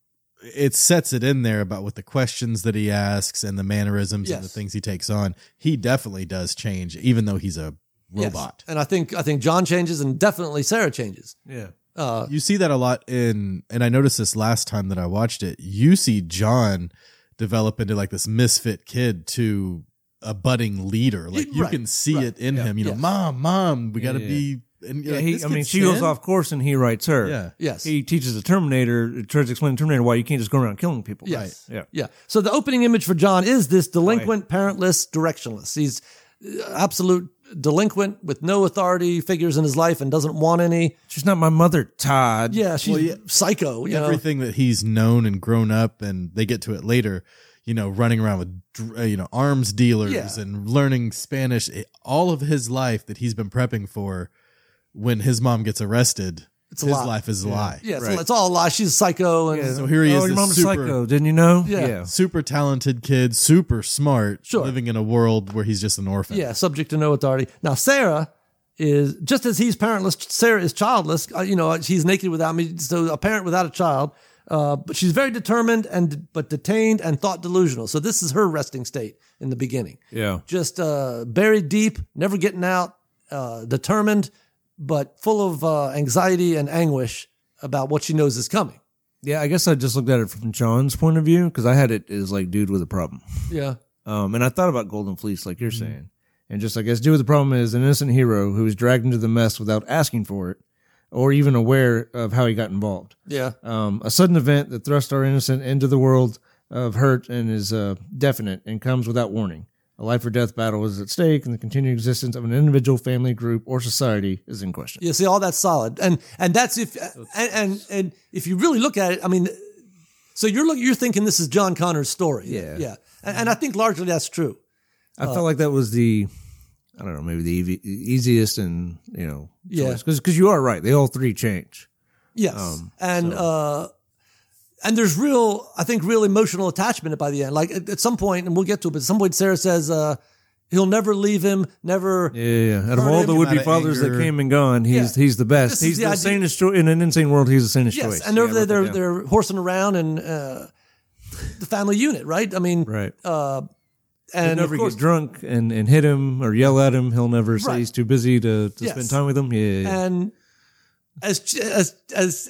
it sets it in there about what the questions that he asks and the mannerisms and the
Yes.
things he takes on. He definitely does change, even though he's a
Yes.
robot.
And I think I think John changes, and definitely Sarah changes.
Yeah.
Uh,
You see that a lot in, and I noticed this last time that I watched it. You see John develop into like this misfit kid to a budding leader. Like you
Right,
can see
right.
it in
Yeah,
him. You know,
yes.
mom, mom, we
Yeah,
got to
yeah,
be. And you're
Yeah,
like,
he,
this
I mean,
kid's
she goes
10?
off course and he writes her.
Yeah.
yes,
He teaches the Terminator, tries to explain to Terminator why you can't just go around killing people.
Yes.
Right. Yeah.
Yeah. So the opening image for John is this delinquent, parentless, directionless. He's uh, absolute delinquent with no authority figures in his life and doesn't want any.
She's not my mother, Todd.
Yeah, she's
Well, yeah.
psycho. You know?
everything that he's known and grown up and they get to it later you know running around with dr- uh, you know arms dealers
Yeah.
and learning spanish It- all of his life that he's been prepping for when his mom gets arrested
It's a
his
lie.
life is a lie
Yeah, it's,
Right.
it's all a lie. She's a psycho, and
so here he
oh,
is
your
this
mom's a
super
psycho, didn't you know?
Yeah.
super talented kid super smart
Sure.
living in a world where he's just an orphan
yeah, subject to no authority. Now Sarah is just as he's parentless. Sarah is childless. Uh, you know, she's naked without me. So a parent without a child. Uh, but she's very determined and but detained and thought delusional. So this is her resting state in the beginning.
Yeah.
just uh, buried deep, never getting out, uh, determined, but full of uh, anxiety and anguish about what she knows is coming.
Yeah, I guess I just looked at it from John's point of view because I had it as like dude with a problem.
Yeah.
Um, and I thought about Golden Fleece, like you're
Mm-hmm.
saying, and just I guess dude with the problem is an innocent hero who was dragged into the mess without asking for it or even aware of how he got involved.
Yeah.
Um, a sudden event that thrust our innocent into the world of hurt and is uh, definite and comes without warning. A life or death battle is at stake, and the continued existence of an individual, family, group, or society is in question.
You see, all that's solid, and and that's if and and, and if you really look at it, I mean, so you're look, you're thinking this is John Connor's story.
Yeah. Mm-hmm.
Yeah. And, and I think largely that's true.
I felt like that was the, I don't know, maybe the evi- easiest and you know,
Yeah.
because you are right. They all three change.
Yes.
Um,
and uh and there's real I think real emotional attachment by the end. Like at, at some point and we'll get to it, but at some point Sarah says uh he'll never leave him, never
Yeah, yeah. Out of
Part
all
of
the
him
would be
out of
fathers that
anger.
came and gone, he's
Yeah.
he's the
This
best.
is
He's
the
the,
idea-
sanest choice in an insane world. He's the sanest
Yes,
choice.
and over there they're
yeah.
they're horsing around and uh, the family unit, right? I mean,
right.
uh,
And
and
never
of course,
get drunk and, and hit him or yell at him. He'll never say
Right.
he's too busy to, to
Yes.
spend time with him. Yeah, yeah, yeah.
and as ch- as as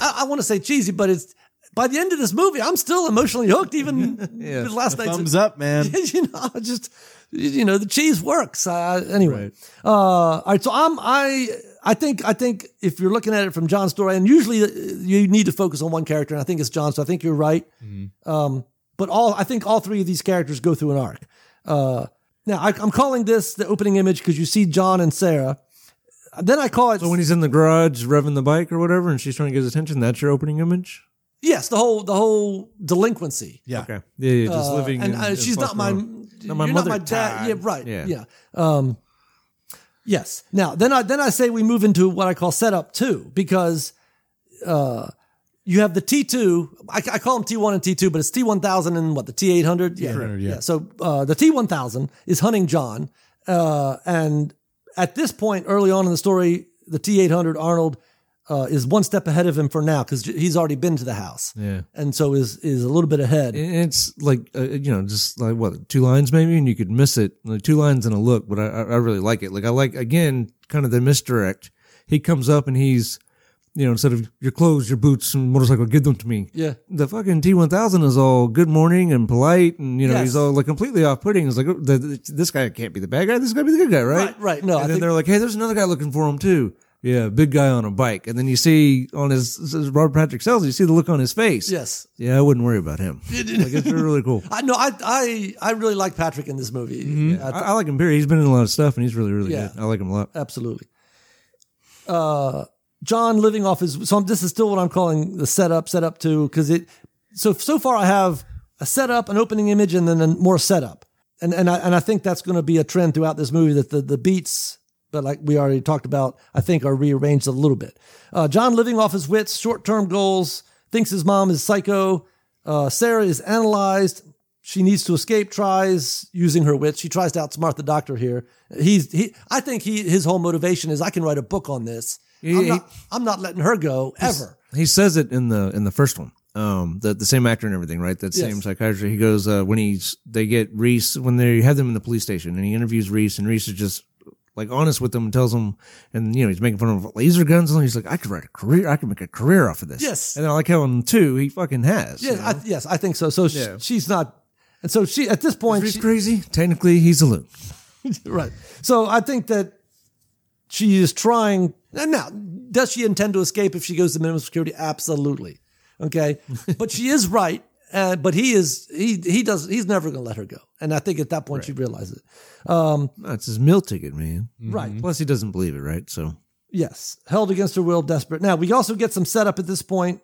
I, I want to say cheesy, but it's by the end of this movie, I'm still emotionally hooked. Even
[LAUGHS] Yeah.
with last night's
thumbs
[LAUGHS]
up man
you know, I just you know, the cheese works. Uh, anyway, uh, all right. So I'm I I think I think if you're looking at it from John's story, and usually uh, you need to focus on one character, and I think it's John. So I think you're right.
Mm-hmm.
Um, but all I think all three of these characters go through an arc. Uh, now I, I'm calling this the opening image because you see John and Sarah. Then I call it
so when he's in the garage revving the bike or whatever, and she's trying to get his attention, that's your opening image.
yes the whole the whole delinquency.
yeah
Okay. Yeah, yeah. Just
Uh,
living.
and
in-
uh,
in
she's not
foster
my,
home.
you're
my
not
mother,
my dad.
Todd.
Yeah, right. Yeah.
Yeah.
Um, yes. Now then, I then I say we move into what I call setup two because uh, you have the T two. I, I call them T one and T two, but it's T one thousand and what the T eight hundred. Yeah,
Correct. yeah.
So uh, the T one thousand is hunting John, uh, and at this point, early on in the story, the T eight hundred Arnold. Uh, is one step ahead of him for now because he's already been to the house,
Yeah.
and so is is a little bit ahead.
And it's like uh, you know, just like what two lines maybe, and you could miss it, like two lines and a look. But I, I I really like it. Like I like again, kind of the misdirect. He comes up and he's, you know, instead of your clothes, your boots, and motorcycle, give them to me.
yeah,
The fucking T one thousand is all good morning and polite, and you know
Yes.
he's all like completely off putting. It's like oh, the, the- this guy can't be the bad guy. This guy be the good guy, right?
Right, right. No,
and
I
then
think-
they're like, hey, there's another guy looking for him too. Yeah, big guy on a bike, and then you see on his, his Robert Patrick Sells, you see the look on his face.
yes.
Yeah, I wouldn't worry
[LAUGHS]
about him. like, it's really cool.
I know. I I I really like Patrick in this movie.
I, I like him. Period. He's been in a lot of stuff, and he's really, really
Yeah.
good. I like him a lot.
Absolutely. uh, John living off his. So I'm, this is still what I'm calling the setup, setup two, because it. So so far I have a setup, an opening image, and then a more setup, and and I and I think that's going to be a trend throughout this movie that the the beats. But like we already talked about, I think are rearranged a little bit. Uh, John living off his wits, short-term goals, thinks his mom is psycho. Uh, Sarah is analyzed. She needs to escape. Tries using her wits. She tries to outsmart the doctor here. He's he. I think he his whole motivation is I can write a book on this. I'm,
He-
not, I'm not letting her go ever.
He says it in the in the first one. Um, the the same actor and everything, right? That
Yes.
same psychiatrist. He goes uh, when he's they get Reese when they have them in the police station, and he interviews Reese, and Reese is just like honest with them and tells them, and you know he's making fun of laser guns, and he's like, I could write a career, I could make a career off of this.
Yes.
and then I like how in two he fucking has.
Yes, I, yes, I think so. So sh-
Yeah.
she's not, and so she at this point,
He's
she-
crazy. Technically, he's a loon.
right? So I think that she is trying. And now, does she intend to escape if she goes to minimum security? Absolutely. Okay, but she is right. Uh, but he is he he does he's never going to let her go, and I think at that point she realizes it.
No, it's his meal ticket, man.
Right.
Plus, he doesn't believe it, right? So
Yes, held against her will, desperate. Now we also get some setup at this point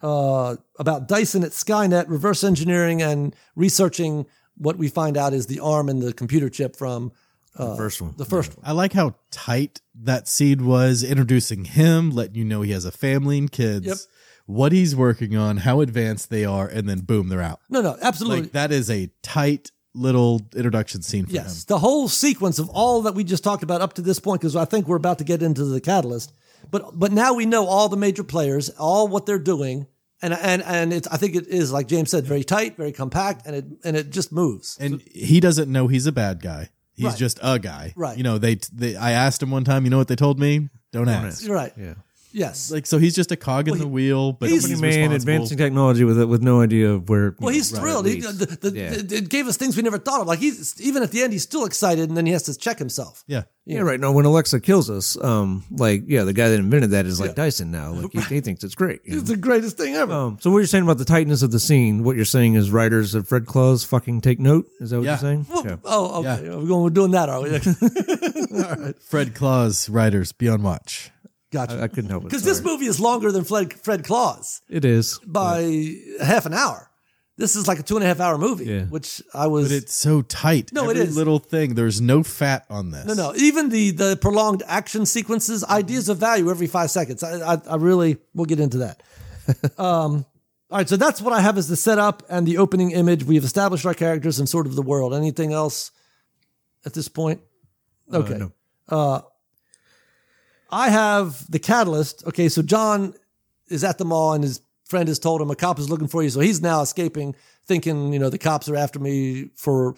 uh, about Dyson at Skynet, reverse engineering and researching what we find out is the arm and the computer chip from
the first one.
Uh, the first one.
I like how tight that seed was introducing him, letting you know he has a family and kids,
Yep.
what he's working on, how advanced they are, and then boom, they're out.
No, no, absolutely.
Like that is a tight little introduction scene for
Yes, the whole sequence of all that we just talked about up to this point, because I think we're about to get into the catalyst. But but now we know all the major players, all what they're doing, and and and it's I think it is like James said, very tight, very compact, and it and it just moves.
him. And he doesn't know he's a bad guy. He's
Right.
just a guy.
Right.
You know, they, they I asked him one time, you know what they told me? Don't, ask.
You're Right?
Yeah.
Yes.
Like so he's just a cog in the wheel, but
he's-
he's,
Company man
responsible.
advancing technology with with no idea of where. you
Well,
know,
he's
right,
thrilled. He,
leads.
the, the,
Yeah.
the- it gave us things we never thought of. Like he's even at the end, he's still excited, and then he has to check himself.
Yeah.
Yeah, right. No, when Alexa kills us, um, like yeah, the guy that invented that is like Dyson now. Like he, he thinks it's great. you know?
It's the greatest thing ever.
Um, so what you're saying about the tightness of the scene? What you're saying is writers of Fred Claus fucking take note. Is that what
Yeah.
you're saying?
Whoop.
Yeah.
Oh, okay. We're going. We're doing that, are we? [LAUGHS]
Fred Claus writers be on watch.
I,
gotcha.
I couldn't help it.
Because this
sorry.
movie is longer than Fred, Fred Claus
it is.
by half an hour. This is like a two and a half hour movie,
Yeah.
which I was.
But it's so tight.
No, it
Every
is.
little thing. There's no fat on this.
no, no. Even the the prolonged action sequences,
Mm-hmm.
ideas of value every five seconds. I, I, I really we'll get into that. [LAUGHS] Um, All right, so that's what I have as the setup and the opening image. We've established our characters and sort of the world. Anything else at this point? Okay. Uh,
no.
I have the catalyst. Okay, so John is at the mall and his friend has told him a cop is looking for you. So he's now escaping, thinking, you know, the cops are after me for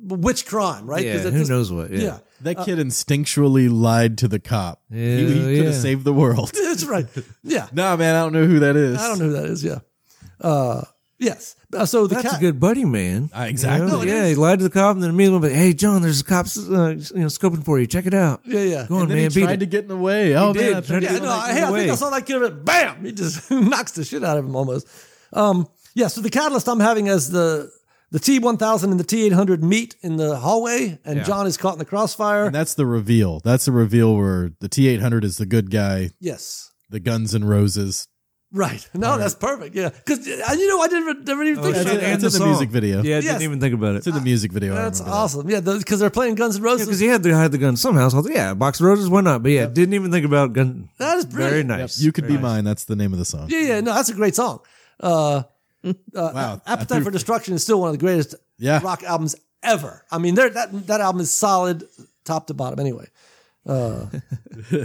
which crime, right?
Yeah,
'Cause at
who
this-
knows what? Yeah.
Yeah.
That kid instinctually lied to the cop. he he
Yeah,
could have
yeah.
saved the world. [LAUGHS]
That's right. Yeah.
nah, man, I don't know who that is.
I don't know who that is. Yeah. Uh, yes. Uh, so the
That's
cat.
a good buddy, man.
Uh, exactly.
You know?
No, it
yeah,
is.
he lied to the cop, and then immediately, went, hey, John, there's cops, uh, you know, scoping for you. Check it out.
yeah, yeah.
Go on,
And then
man.
he
Beat
tried
it.
to get in the way. Oh,
did.
man. I
Tried to
think-
get
Yeah,
in
no,
the way.
I, hey, I think I
Away.
saw that kid. but Bam! He just [LAUGHS] knocks the shit out of him almost. Um, yeah. So the catalyst I'm having as the the T1000 and the T800 meet in the hallway, and John is caught in the crossfire.
And [LAUGHS] that's the reveal. That's the reveal where the T 800 is the good guy,
yes.
the Guns and Roses.
Right. No, that's perfect. Yeah. Because you know, I didn't, never even think
shit.
about
It's,
that.
And
it's
the
in the
song.
music video.
Yeah, I
Yes.
didn't even think about it.
It's in the music video. I
Ah, That's
remember that.
awesome. Yeah, because they're playing Guns N' Roses.
because he had to hide the gun somehow. So I was like, yeah, box of roses, why not? But yeah, didn't even think about gun.
That is
very
brilliant.
nice.
You could be mine. That's the name of the song.
yeah, yeah. No, that's a great song. Uh,
Wow.
Appetite for Destruction is still one of the greatest
Yeah.
rock albums ever. I mean, there that that album is solid top to bottom. Anyway, uh, [LAUGHS]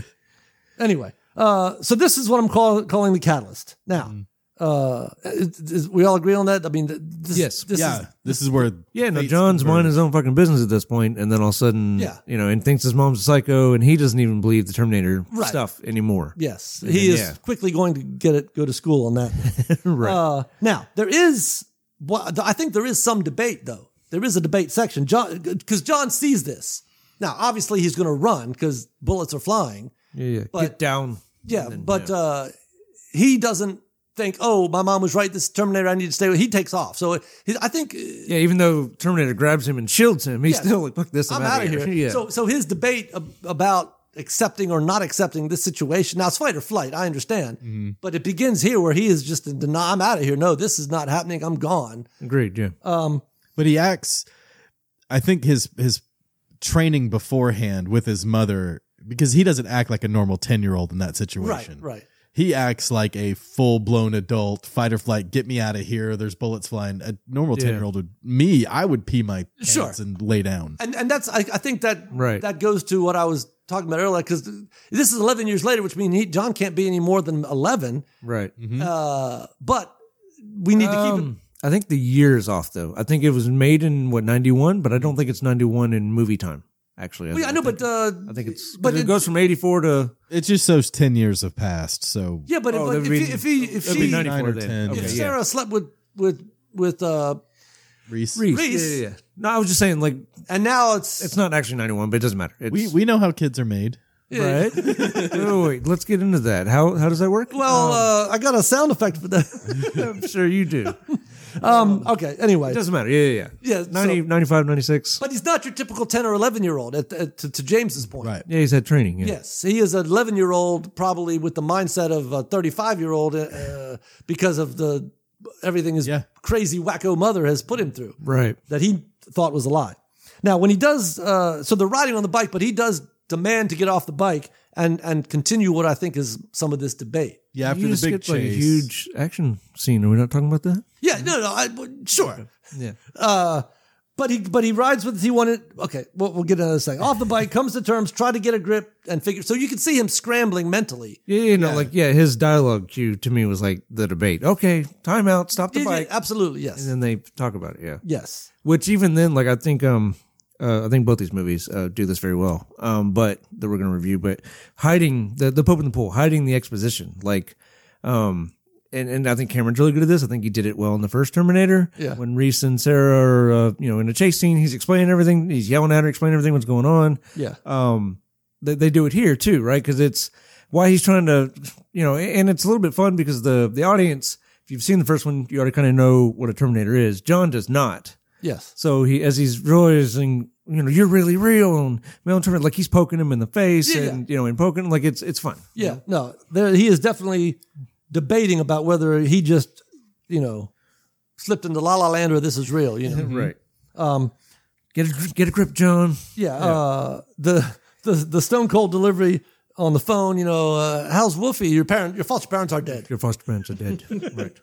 anyway, uh, so this is what I'm call, calling the catalyst. Now, uh, is- is- we all agree on that. I mean, th- this,
Yes.
this
Yeah.
is
This
[LAUGHS]
is where.
Yeah, no,
fates
John's
converge.
minding his own fucking business at this point, and then all of a sudden,
Yeah.
you know, and thinks his mom's a psycho, and he doesn't even believe the Terminator
Right.
stuff
[LAUGHS]
anymore.
yes, he is
yeah.
quickly going to get it go to school on that.
right.
Uh, now there is, well, I think there is some debate though. There is a debate section, John, because John sees this. Now, obviously, he's going to run because bullets are flying.
yeah, yeah.
Uh, but-
Get down.
Yeah,
And then,
but Uh, he doesn't think. Oh, my mom was right. This Terminator, I need to stay. with He takes off. So he, I think uh,
Yeah, even though Terminator grabs him and shields him, he's
Yeah.
still like, "Fuck this, I'm,
I'm out of here.
Yeah.
So, so his debate ab- about accepting or not accepting this situation. Now it's fight or flight, I understand.
Mm-hmm.
But it begins here where he is just in denial. I'm out of here. No, this is not happening. I'm gone.
Agreed. Yeah.
Um,
but he acts i think his his training beforehand with his mother because he doesn't act like a normal 10 year old in that
right,
situation
right.
he acts like a full blown adult fight or flight get me out of here there's bullets flying a normal
Yeah.
10 year old would me i would pee my pants
Sure.
and lay down
And and that's I, I think that
Right.
that goes to what I was talking about earlier because this is 11 years later, which means he, John can't be any more than 11.
Right.
Uh, but we need to keep it.
Um, I think the year's off though. I think it was made in what ninety one, but I don't think it's ninety one in movie time. Actually,
Mm. Well, yeah, I know,
think-
but uh,
I think it's
but
but it,
it-
goes from eighty four to
it just shows 10 years have passed so
yeah, but,
Oh,
but if,
that'd be-
he, if he if
that'd be
she
90.
nine or
94 then.
10
Okay,
if
yeah.
Sarah slept with with with uh
Reese.
Reese.
Reese.
Yeah, yeah, yeah. No, I was just saying like
and now it's
it's not actually ninety one, but it doesn't matter. It's,
we we know how kids are made
yeah.
[LAUGHS] right. wait, wait, wait, let's get into that. How how does that work?
Well,
um,
uh, I got a sound effect for that.
[LAUGHS] I'm sure you do. It
um, okay. Anyway,
doesn't matter. Yeah, yeah, yeah.
yeah. so-
90, 95, 96.
but he's not your typical ten or eleven year old. At, at, to, to James's point,
right
Yeah, he's had training. Yeah.
Yes, he is an 11 year old, probably with the mindset of a 35 year old uh, because of the everything his
Yeah.
crazy wacko mother has put him through
Right.
that he thought was a lie. Now, when he does, uh, so they're riding on the bike, but he does demand to get off the bike and and continue what I think is some of this debate.
yeah after
you
the
just
big
get,
chase
like a huge action scene. Are we not talking about that?
Yeah, no, no, I, well, sure.
Yeah.
Uh, but he but he rides with he wanted okay we'll, we'll get another thing off the bike comes to terms try to get a grip and figure so you can see him scrambling mentally
Yeah, you know, like yeah, his dialogue cue to me was like the debate. Okay, timeout, stop the
Yeah, yeah,
bike,
absolutely yes
and then they talk about it. Yeah,
yes
which even then, like I think, um, uh, I think both these movies uh, do this very well. Um, but that we're gonna review, but hiding the the Pope in the pool, hiding the exposition, like, um. And, and I think Cameron's really good at this. I think he did it well in the first Terminator.
Yeah.
When Reese and Sarah are, uh, you know, in a chase scene, he's explaining everything. He's yelling at her, explaining everything, what's going on
yeah
um they, they do it here too right because it's why he's trying to you know and it's a little bit fun because the the audience if you've seen the first one you already kind of know what a terminator is john does not
yes
so he as he's realizing you know you're really real and male terminator like he's poking him in the face
Yeah, yeah.
and you know and poking him, like it's it's fun
Yeah, no, there, he is definitely debating about whether he just, you know, slipped into La La Land or this is real. You [LAUGHS] know,
right
um,
get a, get a grip john
yeah. Uh, the the the stone cold delivery on the phone. You know, uh, how's Wolfie? Your parent, your foster parents are dead.
your foster parents are
[LAUGHS]
dead right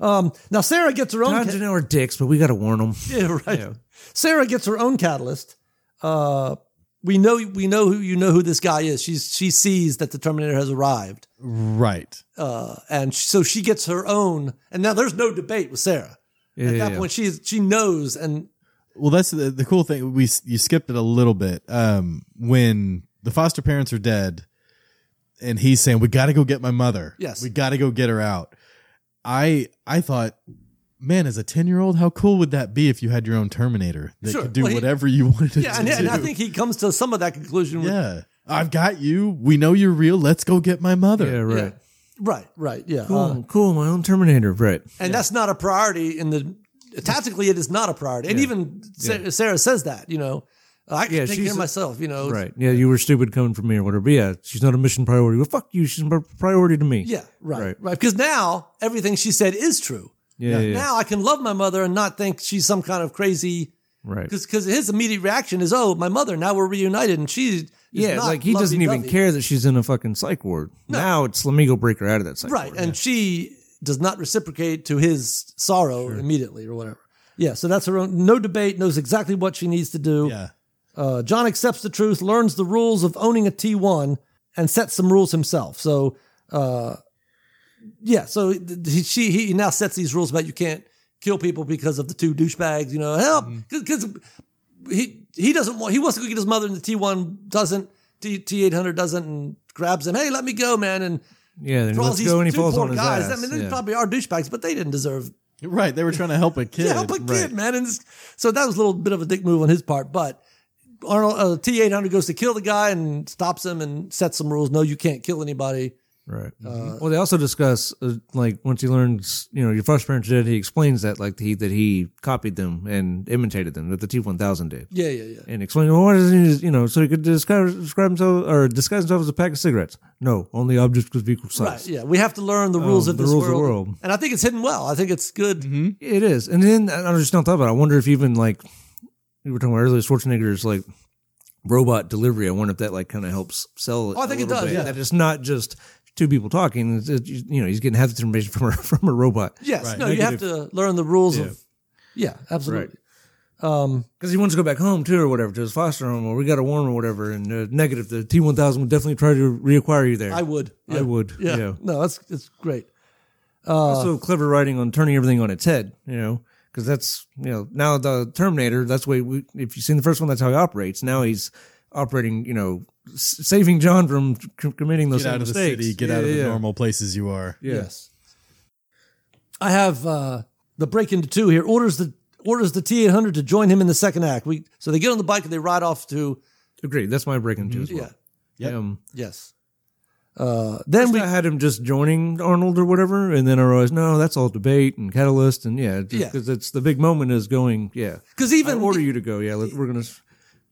Um, now Sarah gets her own.
john
Ca-
and our dicks but we gotta warn them
[LAUGHS] yeah, right. Sarah gets her own catalyst. Uh, we know we know who you know who this guy is. She's she sees that the Terminator has arrived.
right
uh, and sh- so she gets her own. And now there's no debate with Sarah.
Yeah,
At
yeah,
that
yeah.
point, she's she knows, and
Well, that's the, the cool thing. We you skipped it a little bit. Um, when the foster parents are dead, and he's saying, "We got to go get my mother.
Yes.
we got to go get her out." I I thought, man, as a ten year old, how cool would that be if you had your own Terminator that
Sure.
could do
Well, he-
whatever you [LAUGHS] wanted
yeah,
to
and,
do?
and I think he comes to some of that conclusion. With,
yeah, I've got you. We know you're real. Let's go get my mother.
yeah right
Right, right, yeah.
cool
Uh,
cool my own terminator right
and that's not a priority in the tactically. It is not a priority, and even Sa- Sarah says that. You know, I can
Yeah,
take care
she's
of
a-
myself. You know,
Right. Yeah, you were stupid coming from me or whatever. But yeah, she's not a mission priority. Well, fuck you. She's a priority to me.
Yeah, right, right,
Right.
Because now everything she said is true.
Yeah. yeah,
Now I can love my mother and not think she's some kind of crazy.
Right.
Because his immediate reaction is, "Oh, my mother! Now we're reunited, and she is
Yeah.
not
Like he doesn't even
lovey-dovey.
care that she's in a fucking psych ward. Now it's let me go break her out of that psych
right
ward.
and she does not reciprocate to his sorrow immediately or whatever yeah so that's her own no debate knows exactly what she needs to do
yeah.
uh, john accepts the truth learns the rules of owning a t1 and sets some rules himself so uh, yeah so th- he, she, he now sets these rules about you can't kill people because of the two douchebags you know help because he he doesn't want he wants to go get his mother and the t1 doesn't T- t800 doesn't and grabs him hey let me go man and
Yeah. Then
for all
let's
these
go and he
two
falls
poor
on his
guys.
ass.
I mean, they
yeah.
probably are douchebags, but they didn't deserve.
Right, they were trying to help a kid.
Yeah, help a kid, man. And it's- so that was a little bit of a dick move on his part. But Arnold uh, T eight hundred goes to kill the guy and stops him and sets some rules. No, you can't kill anybody.
Right. Mm-hmm. well, they also discuss uh, like once he learns, you know, your first parents did. He explains that like he that he copied them and imitated them that the T one thousand did,
Yeah, yeah, yeah.
and explain well, what is he, you know, so he could disguise, describe himself or disguise himself as a pack of cigarettes. No, only objects could be equal
Right,
size.
yeah, we have to learn the rules of
Oh, the
this
rules of the
world.
world. Mm-hmm.
and I think it's hidden well. I think it's good.
It is, and then I I just not thought about. It. I wonder if even like we were talking about earlier, Schwarzenegger's like robot delivery. I wonder if that like kind of helps sell it.
Oh, I think
a
it
little
does,
bit.
yeah.
that it's not just two people talking. It's, it's, you know, he's getting half the information [LAUGHS] from a, from a robot.
Yes,
Right.
no, you have to learn the rules of. Yeah, absolutely. Um,
Because he wants to go back home too, or whatever, to his foster home, or we got a warrant, or whatever. And uh, negative, the T one thousand would definitely try to reacquire you there.
I would.
I
Yeah.
would,
Yeah.
yeah.
No, that's it's great.
also clever writing on turning everything on its head, you know, because that's you know now the Terminator. That's way we, if you've seen the first one, that's how he operates. Now he's operating, you know, s- saving John from c- committing those
Get out
same
of the
mistakes.
city. Get
Yeah,
out of the
yeah, yeah.
normal places you are.
Yeah.
Yes. I have uh, the break into two here. Orders the orders the T eight hundred to join him in the second act. We so they get on the bike and they ride off to
agreed. That's my breaking too as well.
yeah
Mm-hmm. Yep.
Um,
yes. Uh, then
first
we
I had him just joining Arnold or whatever, and then I realized no, that's all debate and catalyst, and yeah,
Yeah.
because it's the big moment is going. Yeah,
because even
I order you to go. Yeah, let, we're gonna. s-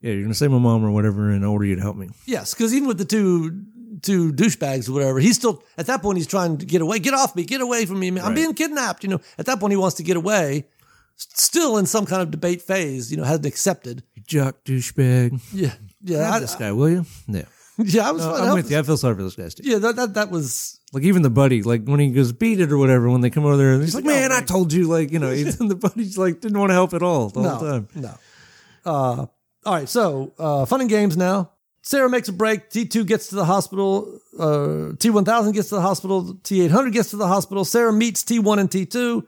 Yeah, you're gonna save my mom or whatever, and I order you to help me.
yes because even with the two two douchebags or whatever he's still at that point he's trying to get away get off me get away from me man. I'm being kidnapped you know at that point he wants to get away S- still in some kind of debate phase you know hasn't accepted
You jock douchebag.
yeah yeah
Grab
I,
this guy, will you? Yeah.
[LAUGHS] yeah I was trying to
I'm
help
with
this-
you. I feel sorry for those guys. Too.
yeah that that that was
Like even the buddy, like when he goes beat it or whatever, when they come over there, and he's, like, "Man, I told you!" Like you know,
[LAUGHS]
he's, and the buddy's like didn't want to help at all the
no,
whole time.
No. Uh, all right. So, uh, fun and games now. Sarah makes a break. T2 gets to the hospital. Uh, T1000 gets to the hospital. T800 gets to the hospital. Sarah meets T1 and T2.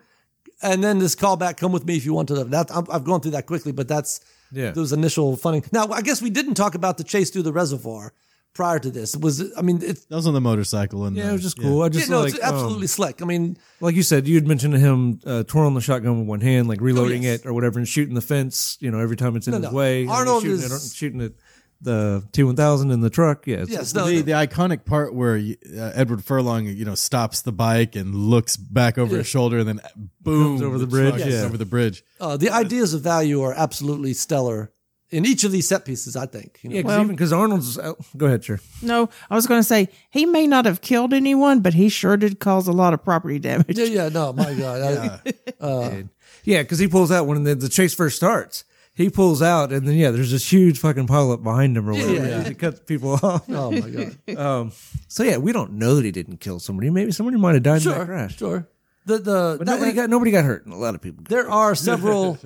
And then this callback, come with me if you want to. That I'm- I've gone through that quickly, but that's
Yeah.
those initial funny. Now, I guess we didn't talk about the chase through the reservoir prior to this. It was, I mean, it's,
That was on the motorcycle. And
Yeah,
the-
it was just cool. I just
yeah, no,
like
it's
um,
absolutely slick. I mean,
like you said, you had mentioned to him uh, twirling the shotgun with one hand, like reloading
Oh, yes.
it or whatever, and shooting the fence. You know, every time it's in his
no.
way. and he's
Arnold
shooting
is-
it, shooting at the T1000 in the truck. Yeah, it's-
yes, no,
the, the iconic part where uh, Edward Furlong, you know, stops the bike and looks back over his shoulder, and then boom
over the bridge,
truck
yeah.
is over the bridge.
uh, the ideas of value are absolutely stellar in each of these set pieces. I think. You know?
yeah, because Arnold's. oh, go ahead, sure.
No, I was going to say he may not have killed anyone, but he sure did cause a lot of property damage.
Yeah, yeah, no, my God. I-
Yeah, because he pulls out when the, the chase first starts. He pulls out, and then yeah, there's this huge fucking pileup behind him or whatever.
yeah.
It cuts people [LAUGHS] off.
oh my God.
Um, so yeah, we don't know that he didn't kill somebody. Maybe somebody might have died in that
Sure,
crash.
sure. The the
But
that-
nobody got nobody got hurt, and a lot of people. Got
there are
[LAUGHS]
several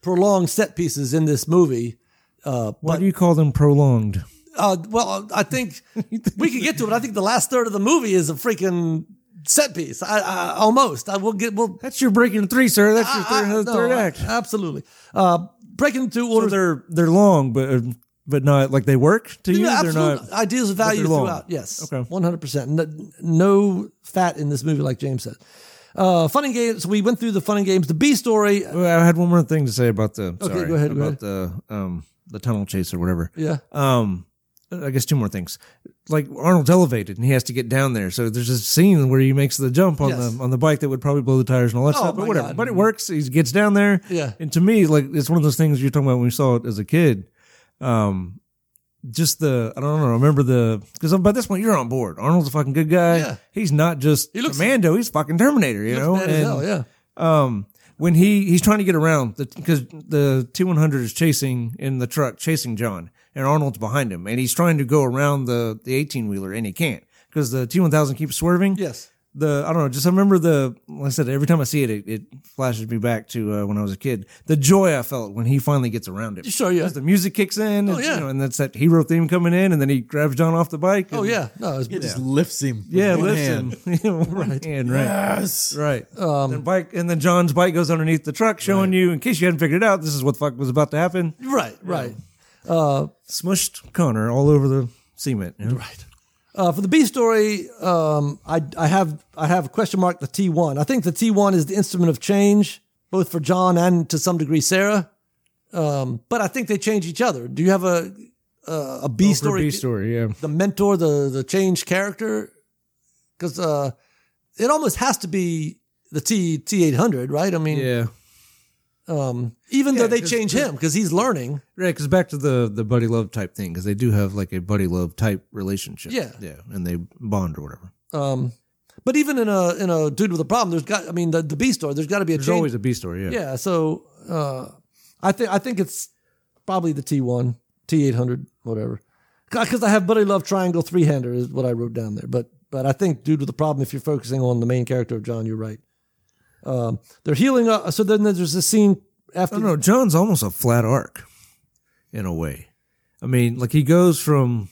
prolonged set pieces in this movie. Uh,
Why do you call them prolonged?
uh, well, I
[LAUGHS]
think we could get to it. I think the last third of the movie is a freaking set piece. I, I almost. I will get. We'll.
That's your breaking three, sir. That's your
I-
third,
I- no,
third
I-
act.
absolutely. Uh, breaking into
So
order.
[LAUGHS] they're they're long, but uh, but not like they work to you.
Yeah,
they're
absolute
not.
ideas of value
they're long.
throughout. Yes,
Okay.
one hundred percent. No fat in this movie, like James said. Uh, fun and games. We went through the fun and games. The B story. uh,
Well, I had one more thing to say about the. sorry,
go ahead, go
About the um the tunnel chase or whatever.
Yeah.
um I guess two more things. Like Arnold's elevated and he has to get down there. So there's this scene where he makes the jump on
Yes.
the on the bike that would probably blow the tires and all that
Oh,
stuff.
my
But whatever.
God.
But it works. He gets down there.
Yeah.
And to me, like it's one of those things you're talking about when we saw it as a kid. Um just the I don't know, I remember the because by this point you're on board. Arnold's a fucking good guy.
Yeah.
He's not just
He looks-
Commando, he's fucking Terminator, you know?
Mad as
Oh,
hell,
And-
yeah.
um, when he he's trying to get around because the T one hundred is chasing in the truck, chasing John, and Arnold's behind him, and he's trying to go around the the eighteen wheeler, and he can't because the T one thousand keeps swerving.
Yes.
The I don't know. Just I remember the like I said every time I see it, it, it flashes me back to uh, when I was a kid. The joy I felt when he finally gets around it.
Sure, yeah. Oh,
'Cause the music kicks in. and,
yeah.
you know, and that's that hero theme coming in, and then he grabs John off the bike.
Oh
and-
yeah. No. It's,
It just lifts him. with
yeah,
one
lifts
hand.
him. [LAUGHS] You know, one hand, right.
Yes.
Right. Um, and bike, and then John's bike goes underneath the truck, showing you, in case you hadn't figured it out, this is what the fuck was about to happen.
Right. Right.
Smushed Connor all over the cement. you know?
Right. Uh, for the B story, um, I, I have I have a question mark the T one. I think the T one is the instrument of change, both for John and to some degree Sarah. Um, but I think they change each other. Do you have a uh, a B
Oh, For
story?
B story, yeah.
The mentor, the the change character. because uh, it almost has to be the T T eight hundred, right? I mean,
Yeah.
um, even though
Yeah,
they
'cause
change him because he's learning.
Right, because back to the the buddy love type thing, because they do have like a buddy love type relationship.
Yeah.
yeah, and they bond or whatever.
Um, but even in a in a dude with a problem, there's got I mean the the B story. There's got to be a
There's
change.
always a B story. Yeah,
yeah, so uh, I think I think it's probably the T one T eight hundred whatever because I have Buddy Love Triangle three hander is what I wrote down there. But but I think dude with a problem. If you're focusing on the main character of John, you're right. Um, they're healing up. So then there's a scene
I
after.
don't know. Oh, John's almost a flat arc, in a way. I mean, like he goes from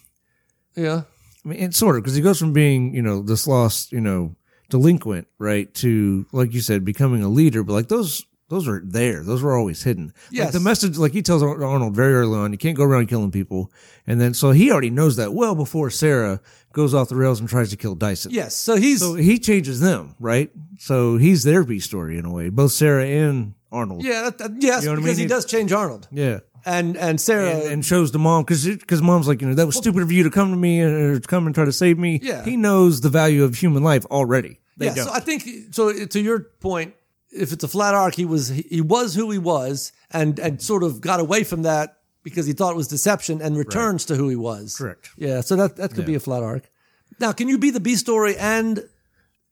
Yeah.
I mean, and sort of because he goes from being, you know, this lost, you know, delinquent, right, to like you said, becoming a leader. But like those, those are there. Those were always hidden. Like
Yes.
the message, like he tells Ar- Arnold very early on, you can't go around killing people. And then so he already knows that well before Sarah goes off the rails and tries to kill Dyson.
Yes. So he's
So he changes them, right? So he's their B story in a way, both Sarah and Arnold.
yeah. That, that- yes,
You know what I
because
mean?
he does change Arnold
Yeah.
and and Sarah.
and, uh, and shows the mom because because mom's like you know that was stupid of you to come to me or to come and try to save me.
Yeah.
he knows the value of human life already. They
yeah,
don't.
so I think so. To your point, if it's a flat arc, he was he was who he was, and and sort of got away from that because he thought it was deception, and returns to who he was.
Correct.
Yeah, so that that could be a flat arc. Now, can you be the B story and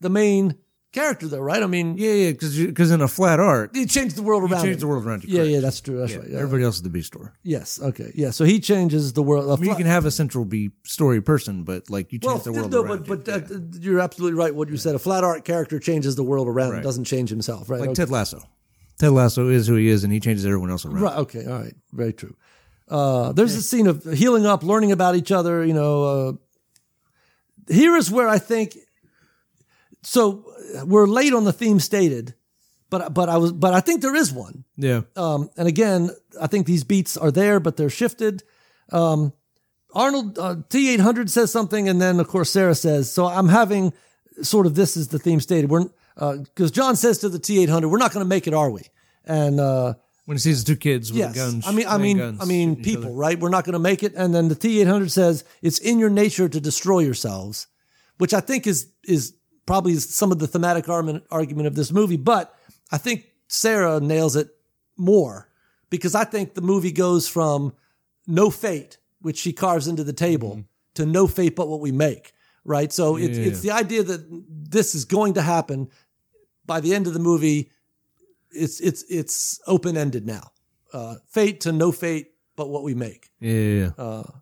the main character though? Right? I mean,
yeah, yeah, because because in a flat arc,
he changed the world around.
change the
him.
world around you.
Yeah,
correct.
yeah, that's true. That's right. Yeah.
Everybody else is the B story.
Yes. Okay. Yeah. So he changes the world. a
I mean, you
flat-
can have a central B story person, but like you change
well,
the world
no,
around.
but, but
you.
uh, you're absolutely right. What you said, a flat arc character changes the world around, him,
Right.
doesn't change himself, right?
like
Okay.
Ted Lasso, Ted Lasso is who he is, and he changes everyone else around.
Right. Okay. All right. Very true. Uh, there's a scene of healing up, learning about each other. You know, uh, here is where I think. So uh, we're late on the theme stated, but but I was but I think there is one.
Yeah,
Um, and again, I think these beats are there, but they're shifted. Um, Arnold uh, T800 says something, and then of course Sarah says. So I'm having sort of this is the theme stated. We're because John says to the T800, "We're not going to make it, are we?" And uh,
when he sees the two kids with
Yes.
guns,
I mean, I
playing
mean,
guns,
I mean,
shooting each other.
people, right? We're not going to make it. And then the T eight hundred says it's in your nature to destroy yourselves, which I think is is probably some of the thematic argument argument of this movie. But I think Sarah nails it more because I think the movie goes from no fate, which she carves into the table,
Mm-hmm.
to no fate but what we make. Right. So it's, it's the idea that this is going to happen by the end of the movie. It's it's it's open ended now. Uh, fate to no fate but what we make
Yeah, yeah, yeah.
uh,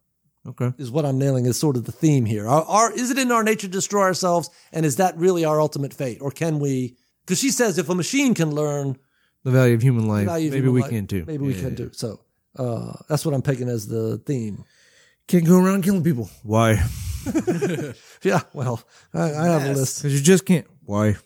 okay.
is what I'm nailing is sort of the theme here. Our, our, is it in our nature to destroy ourselves? And is that really our ultimate fate? Or can we? Because she says if a machine can learn,
The value of human life.
value of
maybe
human
we
life-
can too.
maybe we
Yeah,
can
yeah.
do. So uh, that's what I'm picking as the theme.
Can't go around killing people. Why?
Yeah, well, I, I have a list. [LAUGHS]
Because you just can't. Why?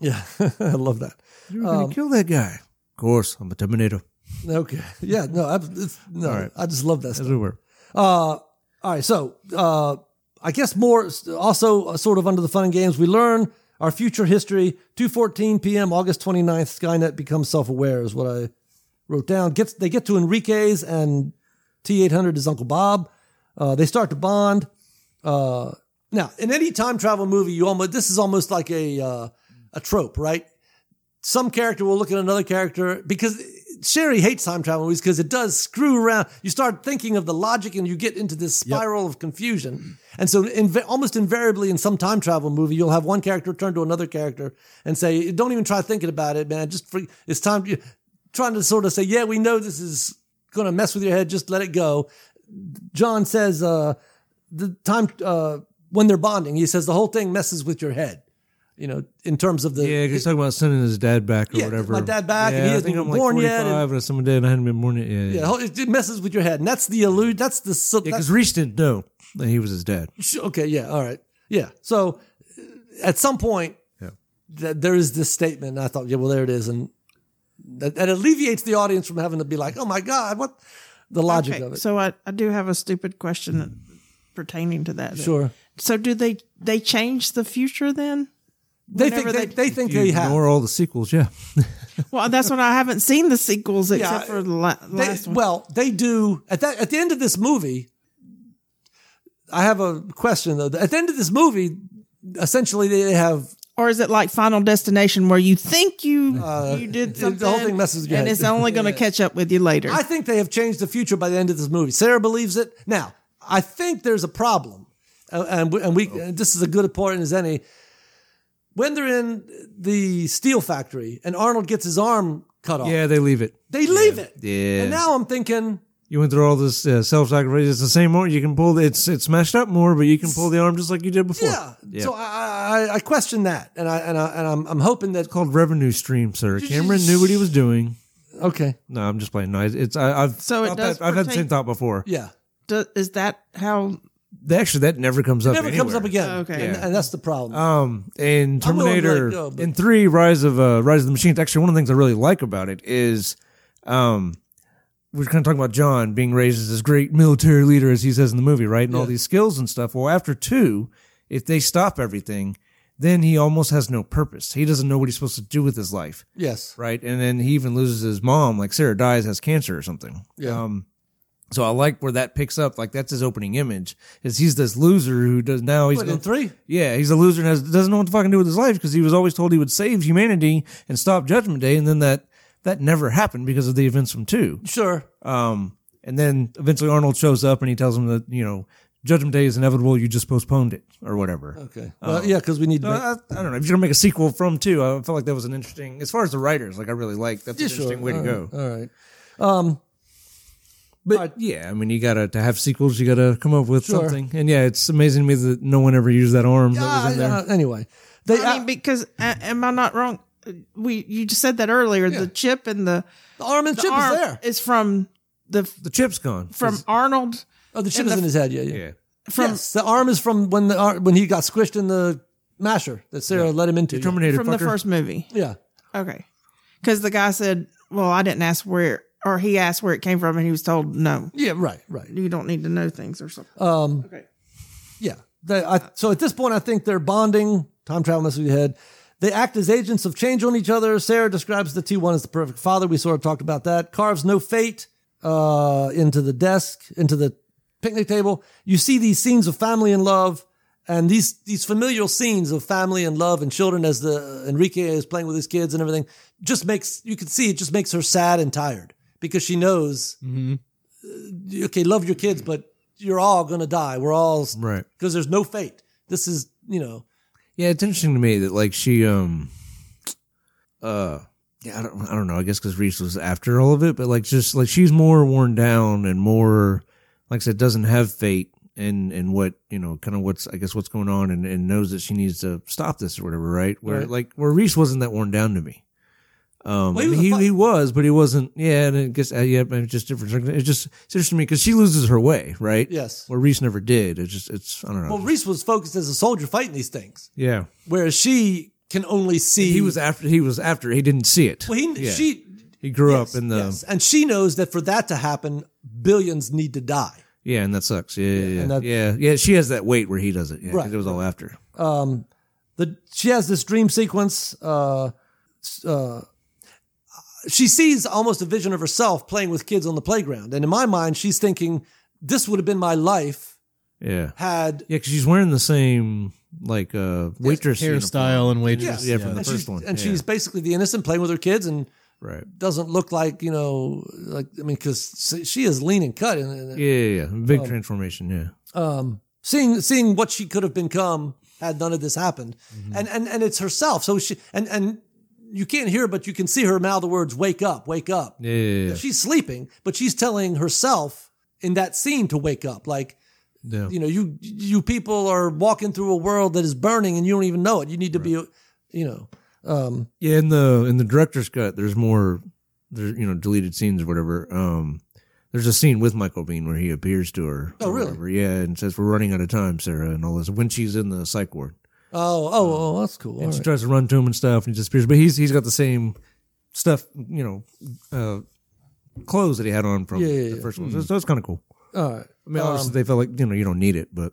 Yeah, [LAUGHS] I love that.
You're
Um,
gonna kill that guy. Of course, I'm a Terminator.
Okay. Yeah, no, I, it's, no,
All right.
I just love that stuff.
As it were.
Uh, all right. So, uh, I guess more also uh, sort of under the fun and games, we learn our future history. 2:14 p.m. August 29th, Skynet becomes self-aware is what I wrote down. Gets they get to Enrique's and T800 is Uncle Bob. Uh, they start to bond. Uh, now, in any time travel movie, you almost this is almost like a uh, a trope, right? Some character will look at another character because Sherry hates time travel movies because it does screw around. You start thinking of the logic and you get into this spiral of confusion. And so, inv- almost invariably, in some time travel movie, you'll have one character turn to another character and say, "Don't even try thinking about it, man. Just free- it's time." To, trying to sort of say, "Yeah, we know this is going to mess with your head. Just let it go." John says, uh, the time uh, when they're bonding, he says the whole thing messes with your head. You know, in terms of the
Yeah, he's talking about sending his dad back or
Yeah,
whatever.
my dad back, and he
I
hasn't
think
even
I'm
born
like
yet,
45 or some day, and I hadn't been born yet. Yeah,
yeah,
yeah.
the whole- it messes with your head, and that's the allude. That's the so
Because Reach didn't know that he was his dad.
Sh- okay, yeah, all right, yeah. So uh, at some point, th- there is this statement, and I thought, yeah, well, there it is, and that, that alleviates the audience from having to be like, oh my god, what the logic
Okay,
of it?
so I, I do have a stupid question pertaining to that.
sure,
So do they they change the future then?
they think
Whenever
they,
they-
they think
You
they have.
ignore all the sequels, yeah.
Well, that's when I haven't seen the sequels except
I-
for the la-
They-
last one.
Well, they do at that at the end of this movie. I have a question though. At the end of this movie, essentially they have
Or is it like Final Destination where you think you
Uh,
you did
the whole
something,
thing messes with your
and
head.
it's
[LAUGHS]
only going to catch up with you later?
I think they have changed the future by the end of this movie. Sarah believes it. Now, I think there's a problem, uh, and we, and we
Oh.
and this is a good point as any. When they're in the steel factory and Arnold gets his arm cut off,
Yeah, they leave it.
they leave it.
Yeah.
And now I'm thinking,
You went through all this uh, self-sacrifice. It's the same one. You can pull the, it's it's mashed up more, but you can pull the arm just like you did before.
yeah. So I, I, I question that, and I and I and I'm, I'm hoping that
Called revenue stream, sir. Cameron knew what he was doing.
okay,
No, I'm just playing. No, it's I, I've
So it
thought
does
that- I've had the
pertain-
same thought before.
yeah.
Do- is that how?
Actually, that never comes up.
Never comes
anywhere.
up again.
Oh, Okay.
and, and that's the problem.
Um, in
I'm willing to
Terminator,
let go, but-
in three Rise of uh, Rise of the Machines. Actually, one of the things I really like about it is, um, we're kind of talking about John being raised as this great military leader, as he says in the movie, right, and all these skills and stuff. Well, after two, if they stop everything, then he almost has no purpose. He doesn't know what he's supposed to do with his life,
yes,
right? And then he even loses his mom. Like Sarah dies, has cancer or something.
Yeah.
Um, so I like where that picks up. Like that's his opening image. Is he's this loser who does now he's
but in
gonna-
three,
yeah, he's a loser and has, doesn't know what to fucking do with his life because he was always told he would save humanity and stop Judgment Day, and then that that never happened because of the events from two.
sure,
Um, and then eventually Arnold shows up and he tells him that you know Judgment Day is inevitable. You just postponed it or whatever.
okay,
Oh.
well, yeah, because we need. to
So
make-
I, I don't know if you're gonna make a sequel from two. I felt like that was an interesting, as far as the writers, like I really like that's
Yeah,
an interesting
sure. uh,
way to
All
go.
right. All right. Um,
But yeah, I mean, you gotta to have sequels, you gotta come up with
Sure.
something. And yeah, it's amazing to me that no one ever used that arm that was in there.
uh, anyway, they
I mean, because uh, am I not wrong? We you just said that earlier. The chip and the,
uh, the arm and
the
chip
arm
is there.
is from the
the chip's gone
from Arnold
Oh, the chip
and
is
the-
in his head. Yeah, yeah.
yeah.
from
yes, the arm is from when the ar- when he got squished in the masher that Sarah let him into. Yeah.
Terminator
from
fucker.
the first movie.
yeah.
Okay, because the guy said, "Well, I didn't ask where," or he asked where it came from, and he was told, "No,
Yeah, Right. Right.
you don't need to know things or something."
Um,
Okay.
Yeah. They, I, so at this point, I think they're bonding. Time travel messes with your head. They act as agents of change on each other. Sarah describes the T1 as the perfect father. We sort of talked about that. Carves no fate uh, into the desk, into the picnic table. You see these scenes of family and love, and these these familial scenes of family and love and children as the Enrique is playing with his kids and everything. Just makes you can see it just makes her sad and tired because she knows uh, okay, love your kids, but you're all gonna die. We're all
Right.
because there's no fate. This is you know
Yeah, it's interesting to me that like she um uh yeah, I don't I don't know, I guess cuz Reese was after all of it, but like just like she's more worn down and more like I said doesn't have fate and and what, you know, kind of what's I guess what's going on and and knows that she needs to stop this or whatever, right? Where
Right.
like where Reese wasn't that worn down to me. Um,
Well, he was a
he,
fi-
he was, but he wasn't. Yeah, and I guess uh, yeah, but it's just different. circum- It's just it's interesting to me because she loses her way, right?
yes.
Where Reese never did. It's just it's I don't know.
Well, Reese was focused as a soldier fighting these things,
yeah,
whereas she can only see.
he was after he was after he didn't see it.
Well, he,
Yeah.
she
he grew
yes,
up in the
yes. and she knows that for that to happen, billions need to die.
yeah, and that sucks. Yeah, yeah, yeah.
and that-
yeah, yeah. She has that weight where he does it. Yeah, 'cause
Right.
it was all after.
um the she has this dream sequence uh s- uh she sees almost a vision of herself playing with kids on the playground and in my mind she's thinking this would have been my life
Yeah,
had
yeah, because she's wearing the same like uh waitress
Hairstyle and
yeah,
waitress.
Yeah, from the
and,
first
she's,
one,
and
yeah.
she's basically the innocent playing with her kids and
uniform. right?
doesn't look like you know like i mean because she is lean and cut and, and
Yeah, yeah, yeah. big transformation. Yeah,
um, seeing seeing what she could have become had none of this happened,
Mm-hmm.
and and and it's herself. So she and and you can't hear, but you can see her mouth the words "wake up, wake up."
yeah, yeah, yeah.
She's sleeping, but she's telling herself in that scene to wake up. Like
yeah.
you know, you you people are walking through a world that is burning, and you don't even know it. You need to be, you know, um,
Yeah, in the in the director's cut, there's more, there's you know deleted scenes or whatever. Um, there's a scene with Michael Bean where he appears to her.
Oh,
or
really?
whatever. Yeah, and says we're running out of time, Sarah, and all this when she's in the psych ward.
oh oh oh, that's cool.
and
All
she
right.
tries to run to him and stuff, and he disappears. But he's he's got the same stuff, you know, uh, clothes that he had on from
Yeah, yeah,
the
yeah. Um,
first one. So, so it's kind of cool.
All right.
I mean, obviously they felt like you know you don't need it, but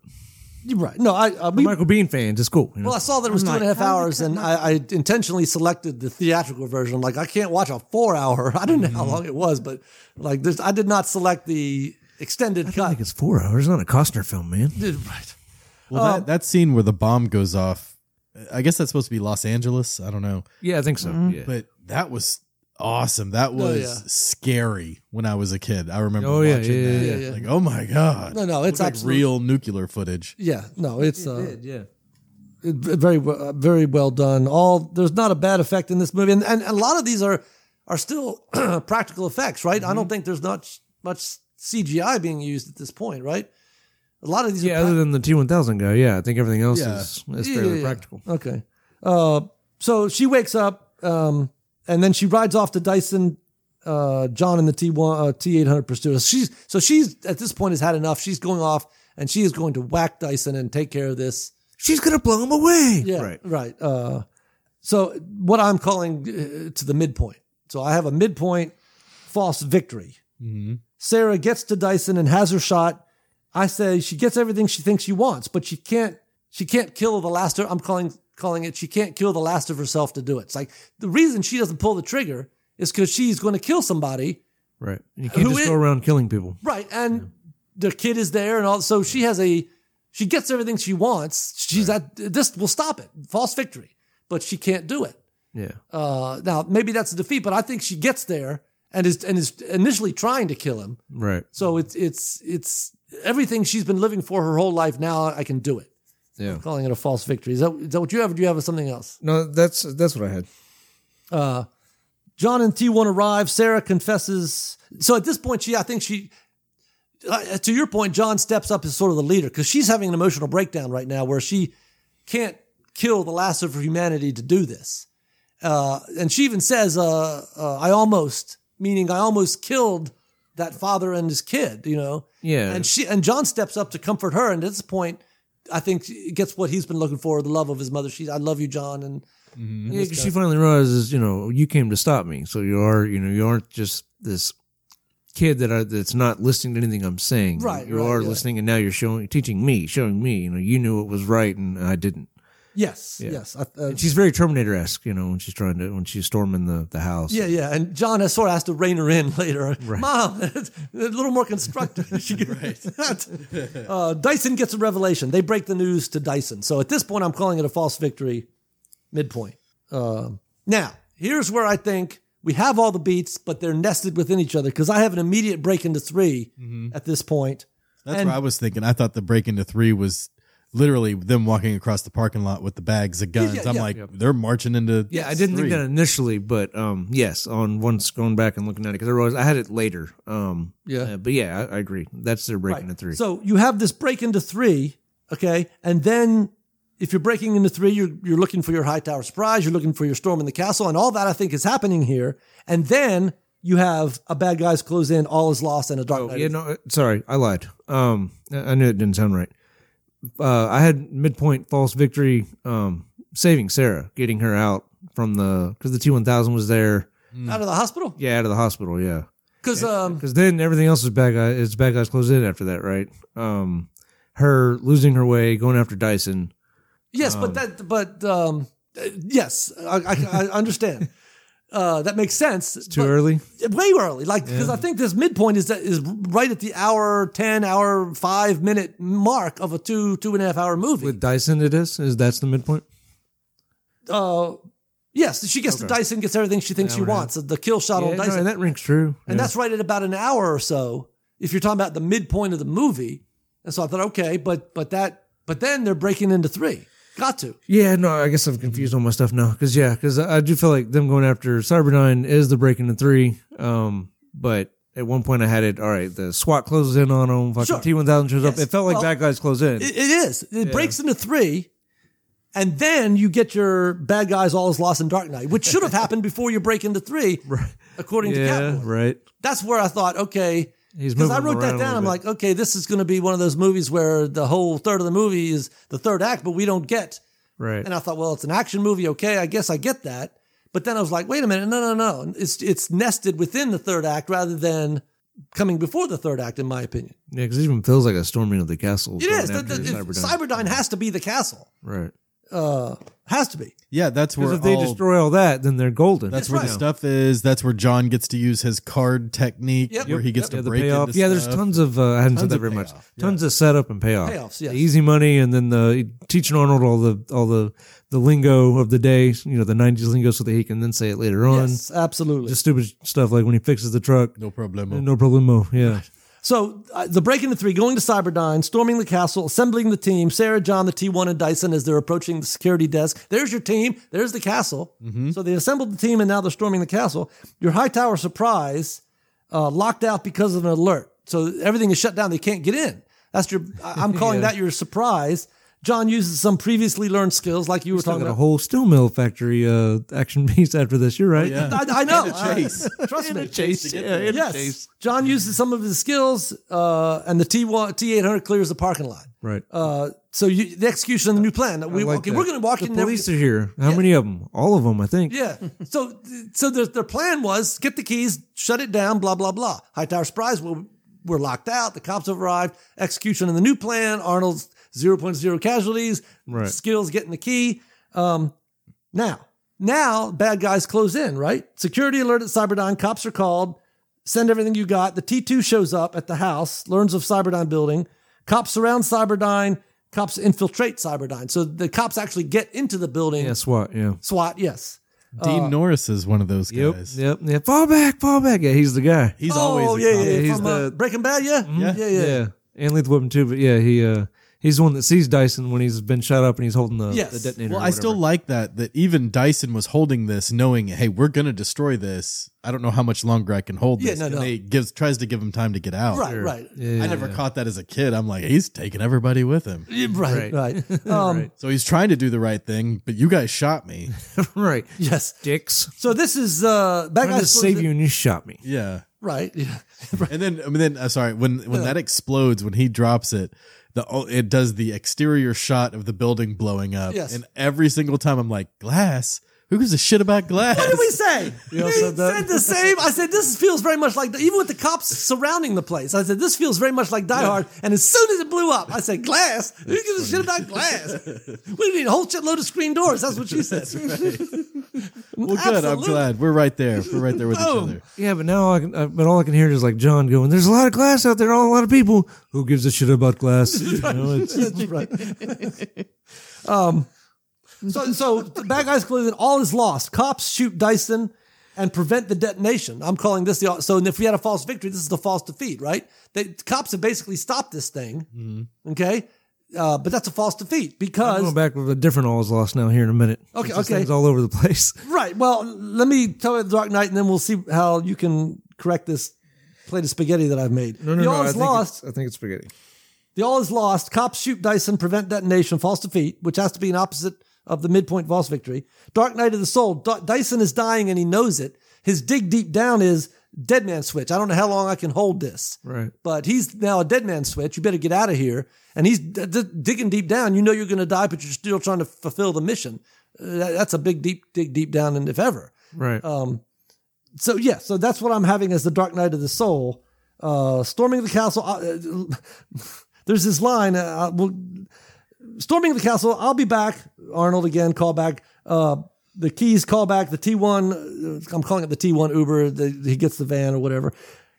You're right. No, I uh,
for
we
Michael Bean fans, it's cool. You know?
Well, I saw that it was two
I'm
and a half
like, how did
hours, and I, I intentionally selected the theatrical version. I'm like, I can't watch a four hour. [LAUGHS] I don't know how long it was, but like, there's, I did not select the extended
I
cut.
think it's four hours. It's not a Costner film, man.
[LAUGHS] Did- right.
Well,
Um,
that, that scene where the bomb goes off, I guess that's supposed to be Los Angeles. I don't know.
Yeah, I think so.
Mm-hmm.
Yeah.
But that was awesome. That was
Oh, yeah.
scary when I was a kid. I remember
Oh, yeah,
watching
yeah,
that.
yeah, yeah.
Like, oh my God.
No, no, it's
Looked like
absolute-
real nuclear footage.
Yeah, no, it's uh,
yeah.
it- very we- uh, very well done. All there's not a bad effect in this movie, and, and a lot of these are are still [CLEARS THROAT] practical effects, right? I don't think there's not sh- much CGI being used at this point, right? A lot of these,
Yeah,
are
other than the T one thousand guy, yeah, I think everything else
Yeah.
is, is fairly
Yeah, yeah, yeah.
practical.
Okay. Uh, so she wakes up, um, and then she rides off to Dyson, uh, John and the T one uh, T eight hundred Pursuer. She's so she's at this point has had enough. She's going off, and she is going to whack Dyson and take care of this.
She's gonna blow him away.
Yeah, right.
Right.
Uh, so what I'm calling uh, to the midpoint. So I have a midpoint false victory. Mm-hmm.
Mhm.
Sarah gets to Dyson and has her shot. I say she gets everything she thinks she wants, but she can't. She can't kill the last. Of, I'm calling calling it. She can't kill the last of herself to do it. It's like the reason she doesn't pull the trigger is because she's going to kill somebody,
Right. You can't
Who
just
is-
go around killing people.
right? And the kid is there, and all. So she has a. She gets everything she wants. She's at this will stop it. False victory, but she can't do it.
Yeah.
Uh, now maybe that's a defeat, but I think she gets there and is and is initially trying to kill him.
Right.
So it's it's it's everything she's been living for her whole life. Now I can do it.
Yeah.
Calling it a false victory. Is that, is that what you have? Or do you have something else?
No, that's that's what I had.
Uh, John and T1 arrive. Sarah confesses. So at this point, she I think she. Uh, to your point, John steps up as sort of the leader because she's having an emotional breakdown right now where she can't kill the last of her humanity to do this. Uh, and she even says, uh, uh, I almost, meaning I almost killed that father and his kid, you know?
Yeah.
and she and John steps up to comfort her, and at this point, I think she gets what he's been looking for—the love of his mother. She, I love you, John, and
Yeah, 'cause she finally realizes, you know, you came to stop me, so you are, you know, you aren't just this kid that I, that's not listening to anything I'm saying.
Right,
You
right,
are
yeah.
listening, and now you're showing, teaching me, showing me. You know, you knew it was right, and I didn't.
yes,
Yeah.
yes, I, uh,
And she's very Terminator-esque, you know, when she's trying to when she's storming the the house.
yeah, yeah. And John has sort of has to rein her in [LAUGHS] later. Mom, [LAUGHS] a little more constructive. [LAUGHS] right. uh, Dyson gets a revelation. They break the news to Dyson. So at this point, I'm calling it a false victory, midpoint. Um, now, here's where I think we have all the beats, but they're nested within each other because I have an immediate break into 3 at this point.
That's
And-
what I was thinking. I thought the break into three was literally them walking across the parking lot with the bags of guns.
yeah,
I'm
yeah.
like, they're marching into.
Yeah, I didn't
three.
think that initially, but um, yes, on once going back and looking at it because I realized I had it later. Um,
Yeah.
uh, but yeah, I, I agree. That's their breaking the three.
So you have this break into three, okay, and then if you're breaking into three, you're you're looking for your high tower surprise, you're looking for your storm in the castle, and all that I think is happening here. And then you have a bad guys close in, all is lost, and a dark
Oh,
night.
yeah, no, uh, sorry, I lied. Um, I I knew it didn't sound right. Uh, I had midpoint false victory, um, saving Sarah, getting her out from the because the T one thousand was there.
out of the hospital
Yeah, out of the hospital. Yeah,
because um
because then everything else is bad guy. It's bad guys closed in after that, right? Um, her losing her way, going after Dyson.
yes, but that but um uh, yes, I I, I [LAUGHS] understand. Uh, that makes sense.
Too
but-
early.
way early like because i think this midpoint is is right at the hour 10 hour 5 minute mark of a two two and a half hour movie
With Dyson, it is. Is that's the midpoint?
uh yes she gets to dyson gets everything she thinks she wants the kill shot
Yeah,
on
no,
Oh, dyson
that rings true.
and that's right at about an hour or so if you're talking about the midpoint of the movie and so i thought okay but but that but then they're breaking into three got to
Yeah, no, I guess I'm confused on my stuff now. Because yeah, because I I do feel like them going after Cyberdyne is the breaking the three. Um, but at one point I had it. All right, the SWAT closes in on them. Fucking
Sure.
T1000 shows up.
Yes.
It felt like
Well,
bad guys close in.
It, it is. It breaks into three, and then you get your bad guys all is lost in Dark Knight, which should
[LAUGHS]
have happened before you break into three, according to
yeah,
Catwoman.
right.
That's where I thought, okay,
He's
because
moving
I
them
wrote that
around a
down.
little
I'm
bit.
like, okay, this is going to be one of those movies where the whole third of the movie is the third act, but we don't get.
Right.
And I thought, well, it's an action movie. Okay, I guess I get that. But then I was like, wait a minute, no, no, no. It's it's nested within the third act rather than coming before the third act, in my opinion.
yeah, because it even feels like a storming of the castle.
It
going
is. The, the-
after Cyberdyne.
Cyberdyne has to be the castle.
Right.
Uh, has to be.
Yeah, that's where
Because if they
all-
destroy all that, then they're golden.
that's where the stuff is. That's where John gets to use his card technique,
Yep.
where he gets
Yeah,
to
the
break
payoff.
into
Yeah, there's
stuff.
tons of uh, I haven't said
Tons
that
of
very much.
payoff,
Tons of setup and payoff.
Payoffs, yes.
The easy money, and then the teaching Arnold all the all the the lingo of the day. You know, the '90s lingo, so that he can then say it later on.
Yes, absolutely.
Just stupid stuff like when he fixes the truck.
no problemo.
No problemo. Yeah.
So uh, the break into three, going to Cyberdyne, storming the castle, assembling the team, Sarah, John, the T1, and Dyson as they're approaching the security desk. There's your team. There's the castle.
Mm-hmm.
So they assembled the team and now they're storming the castle. Your Hightower surprise uh, locked out because of an alert. So everything is shut down. They can't get in. That's your. I-
[LAUGHS]
I'm calling that your surprise. John uses some previously learned skills like you were
Still
talking
got a
about.
whole steel mill factory uh, action [LAUGHS] piece after this. You're right.
Oh,
[LAUGHS]
Yeah.
I, I know.
chase.
I- trust me.
Chase. Yeah, in a
Yes.
chase.
John uses some of his skills, uh, and the T1, T800 clears the parking lot.
Right.
Uh, so you, the execution of the new plan. We,
like
okay,
that.
we're going to walk
the
in
police are here. How many of them? All of them, I think.
there. Yeah. So so their, their plan was get the keys, shut it down, blah, blah, blah. Hightower surprise, we're, we're locked out. The cops have arrived. Execution of the new plan. Arnold's 0.0 casualties.
Right.
Skills getting the key. Um, now, now bad guys close in, right? Security alert at Cyberdyne. Cops are called. Send everything you got. The T2 shows up at the house, learns of Cyberdyne building. Cops surround Cyberdyne. Cops infiltrate Cyberdyne. So the cops actually get into the building.
Yeah. SWAT. Yeah.
SWAT, yes. [LAUGHS] Uh,
Dean Norris is one of those
Yep.
guys.
Yep. Yeah. Fall back. Fall back. Yeah. He's the guy.
He's
oh,
always a
yeah,
cop.
yeah, yeah.
He's
From, uh,
the-
Breaking Bad, yeah?
Yeah.
yeah,
yeah.
yeah.
And Lethal Weapon too, but yeah, he uh he's the one that sees Dyson when he's been shot up and he's holding the,
Yes.
the detonator.
Well,
or
I
[LAUGHS]
still
whatever.
like that that even Dyson was holding this, knowing, hey, we're gonna destroy this. I don't know how much longer I can hold
Yeah,
this.
no,
and
no.
they gives tries to give him time to get out.
Right, right.
Yeah,
I never caught that as a kid. I'm like, he's taking everybody with him.
Yeah, Right, right. Um,
So he's trying to do the right thing, but you guys shot
[LAUGHS]
me.
right.
Yes.
Dicks.
So this is uh, bad
I'm gonna
guys.
save
close
you and you shot me.
Yeah.
in- Right. Yeah.
And then, I mean, then uh, sorry, when when that explodes, when he drops it, the oh, it does the exterior shot of the building blowing up.
Yes.
And every single time, I'm like, glass. Who gives a shit
[LAUGHS]
about glass?
What did we say?
all
we
said
said,
that.
the same. I said this feels very much like even with the cops surrounding the place. I said this feels very much like Die Hard. And as soon as it blew up, I said glass. Who gives a shit about glass? we need a whole shitload of screen doors. That's what you said.
Well, good.
Absolutely.
I'm glad we're right there. We're right there with each
Boom.
other.
Yeah, but now I can. Uh, but all I can hear is like John going, "There's a lot of glass out there, a lot of people. Who gives a shit
[LAUGHS]
about glass?" You know, it's,
That's right. [LAUGHS] um, so, so the bad guys close in. All is lost. Cops shoot Dyson and prevent the detonation. I'm calling this the. So if we had a false victory, this is the false defeat, right? They, cops have basically stopped this thing.
Mm-hmm.
Okay. Uh, but that's a false defeat
I'm
because
going back with a different all is lost now here in a minute.
Okay,
It's just
okay.
Things all over the
[LAUGHS]
place.
right. Well, let me tell you the Dark Knight, and then we'll see how you can correct this plate of spaghetti that I've made. the all
I
is
think it's-
lost.
I think it's spaghetti.
The all is lost. Cops shoot Dyson, prevent detonation, false defeat, which has to be an opposite of the midpoint false victory. Dark Knight of the Soul. D- Dyson is dying and he knows it. His dig deep down is dead man switch. I don't know how long I can hold this.
Right.
But he's now a dead man switch. You better get out of here. And he's d- d- digging deep down. You know you're going to die, but you're still trying to fulfill the mission. Uh, that- that's a big deep dig deep down, and if ever.
Right.
Um, So yeah, so that's what I'm having as the Dark Knight of the Soul, uh, storming the castle. Uh, [LAUGHS] uh, there's this line. Uh, well, storming the castle. I'll be back. Arnold again. Call back. Uh, the keys. Call back. The T1. uh, I'm calling it the T1 Uber. The, he gets the van or whatever.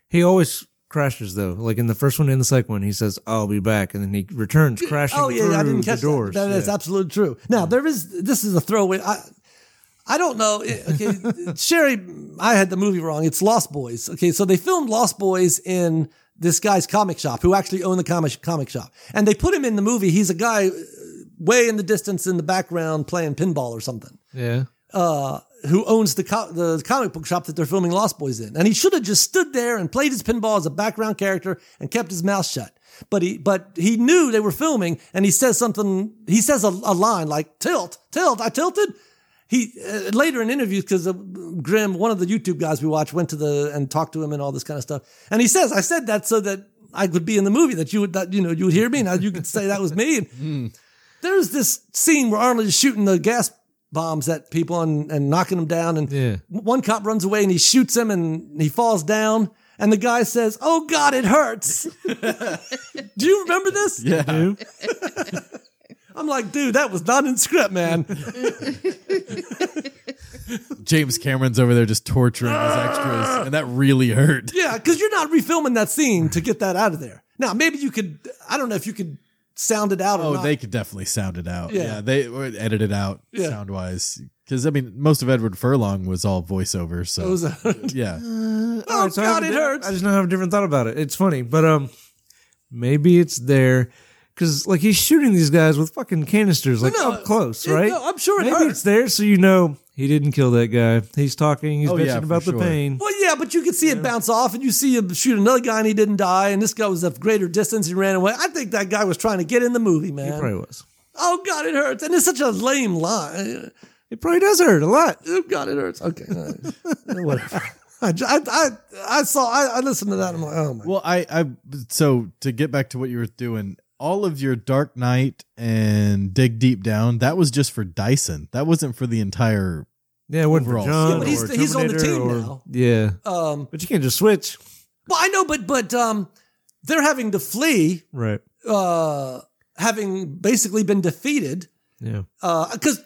He always crashes though. Like in the first one and the second one, he says, "I'll be back," and then he returns crashing
Oh yeah,
through
yeah, I didn't catch
the doors.
that. That is
Yeah.
absolutely true. Now there is. This is a throwaway. I, I don't know. It-
[LAUGHS]
Okay, Sherry, I had the movie wrong. It's Lost Boys. Okay, so they filmed Lost Boys in this guy's comic shop, who actually owned the comic comic shop, and they put him in the movie. He's a guy uh, way in the distance in the background playing pinball or something.
yeah.
Uh, who owns the co- the comic book shop that they're filming Lost Boys in? And he should have just stood there and played his pinball as a background character and kept his mouth shut. But he but he knew they were filming, and he says something. He says a, a line like "tilt, tilt." I tilted he uh, later in interviews because Grim, one of the YouTube guys we watch, went to the and talked to him and all this kind of stuff. And he says, "I said that so that I could be in the movie, that you would, that, you know, you would hear me, and you could say that was me." And There's this scene where Arnold is shooting the gas bombs at people and, and knocking them down, and
Yeah.
one cop runs away and he shoots him, and he falls down. And the guy says, "Oh God, it hurts." Do you remember this?
Yeah.
[LAUGHS] I'm like, dude, that was not in script, man.
James Cameron's over there just torturing his extras, and that really hurt.
yeah, because you're not refilming that scene to get that out of there. Now, maybe you could. I don't know if you could sound it out. or
[LAUGHS] Oh,
not. [LAUGHS]
they could definitely sound it out.
Yeah.
Yeah, they or edit it out
Yeah.
sound wise. Because I mean, most of Edward Furlong was all voiceover.
[LAUGHS]
So
It was a-
yeah, [LAUGHS]
oh
So I have
God,
a
it
different-
hurts.
I just now have a different thought about it. It's funny, but um, maybe it's there because like he's shooting these guys with fucking canisters, like
No,
up close,
it-
right?
no, I'm sure it
maybe
hurts.
it's there, so you know he didn't kill that guy. He's talking. He's
Oh,
bitching
yeah, for
about the
sure.
pain.
Well, yeah, but you could see it bounce off, and you see him shoot another guy, and he didn't die. And this guy was at greater distance, he ran away. I think that guy was trying to get in the movie, man.
It probably was.
oh God, it hurts, and it's such a lame line.
It probably does hurt a lot.
Oh God, it hurts. Okay, all
[LAUGHS]
right. whatever. I, ju- I, I, I saw. I, I listened to that. I'm like, oh my.
Well, I, I, so to get back to what you were doing, all of your Dark Knight and Dig Deep Down, that was just for Dyson. That wasn't for the entire.
Yeah, it wasn't for
Overall.
John.
Yeah, but
or
he's- he's on the
Terminator
team
or-
now.
Yeah,
Um,
but you can't just switch,
well, I know, but but um, they're having to flee,
right?
uh, having basically been defeated.
Yeah,
Because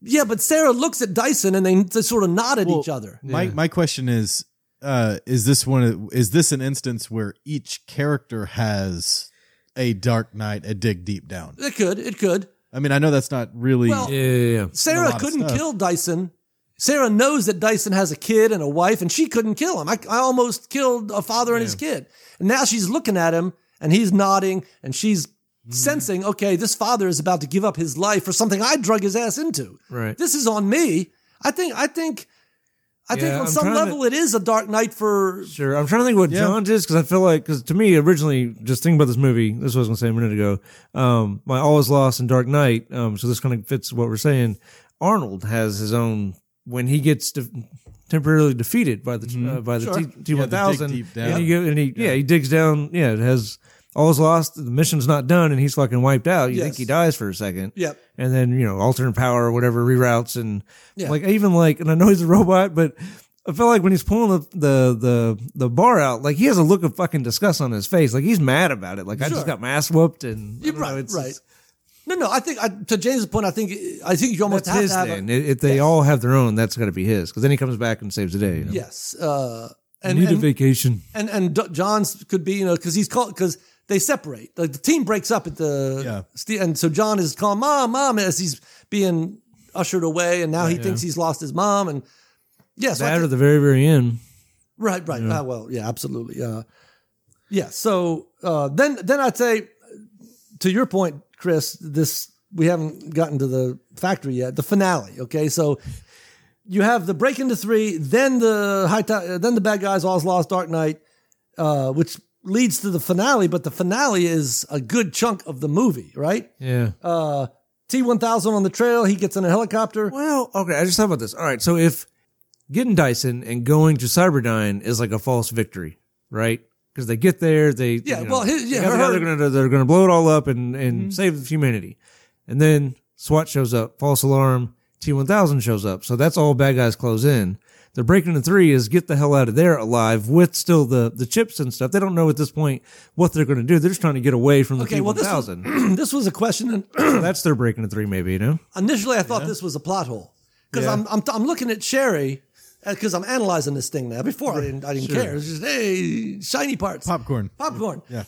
yeah, but Sarah looks at Dyson and they, they sort of nod at
Well,
each other.
My my question is, uh, is this one? of- Is this an instance where each character has a Dark Knight, a Dig Deep Down?
It could. It could.
I mean, I know that's not really.
Well,
yeah, yeah. yeah.
a
Sarah
lot of
couldn't
stuff.
kill Dyson. Sarah knows that Dyson has a kid and a wife, and she couldn't kill him. I, I almost killed a father and his kid. And now she's looking at him, and he's nodding, and she's sensing, okay, this father is about to give up his life for something I drug his ass into.
Right.
This is on me. I think, I think, I think
Yeah,
on
I'm
some
trying to-
level it is a dark night for.
Sure, I'm trying to think what
Yeah.
John's is because I feel like because to me originally just thinking about this movie, this was what I was gonna say a minute ago. Um, my All Is Lost and Dark Knight. Um, so this kind of fits what we're saying. Arnold has his own when he gets de- temporarily defeated by the uh, by the
Sure.
T- T1000,
Mm-hmm. Yeah, the dig deep
and
down.
he go, and he yeah. he digs down. Yeah, it has All Is Lost. The mission's not done, and he's fucking wiped out. You think
Yes.
he dies for a second.
Yep.
And then, you know, alternate power or whatever reroutes and
Yeah.
like even like and I know he's a [LAUGHS] robot, but I feel like when he's pulling the, the the the bar out, like he has a look of fucking disgust on his face. Like he's mad about it. Like I
Sure.
just got my ass whooped and I
You're
don't know,
right.
it's-
right. No, no. I think I, to James' point, I think I think you almost
That's
have
his
to have a-
thing. If they all have their own, that's got to be his. Because then he comes back and saves the day. you know?
yes. Uh,
I
and,
need a
and,
vacation.
and and D- John's could be you know because he's called because they separate like the team breaks up at the
Yeah.
st- and so John is calling mom mom as he's being ushered away and now he thinks he's lost his mom and yes
That or the very very end.
right right Ah, well yeah absolutely uh, yeah so uh, then then I'd say to your point Chris this we haven't gotten to the factory yet the finale okay so. You have the break into three, then the high, ti- then the bad guys, all's lost, Dark Knight, uh, which leads to the finale. But the finale is a good chunk of the movie, right?
Yeah.
Uh, T1000 on the trail. He gets in a helicopter. [CLEARS THROAT]
Well, okay, I just thought about this. All right, so if getting Dyson and going to Cyberdyne is like a false victory, right? Because they get there, they
Yeah,
you know,
well, his-
they
yeah,
got the guy,
her- Mm-hmm.
they're gonna they're gonna blow it all up and and save humanity, and then SWAT shows up, false alarm, T one thousand shows up, so that's all bad guys close in. They're breaking the three is get the hell out of there alive with still the the chips and stuff. They don't know at this point what they're gonna do. They're just trying to get away from the
Okay,
T
well,
one
this was,
thousand.
this was a question.
So
And
that's their breaking the three, maybe
[CLEARS THROAT]
you know.
initially, I thought this was a plot hole because I'm, I'm I'm looking at Sherry because I'm analyzing this thing now. Before I didn't I didn't care. It's just hey, shiny parts,
popcorn.
popcorn.
Yeah.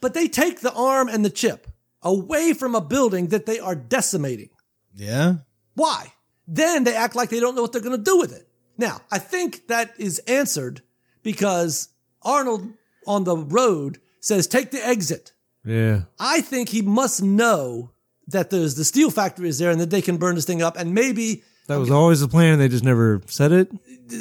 But they take the arm and the chip away from a building that they are decimating.
Yeah.
Why? Then they act like they don't know what they're going to do with it. Now, I think that is answered because Arnold on the road says, take the exit.
Yeah,
I think he must know that there's the steel factory is there and that they can burn this thing up. And maybe
that was always the plan. They just never said it.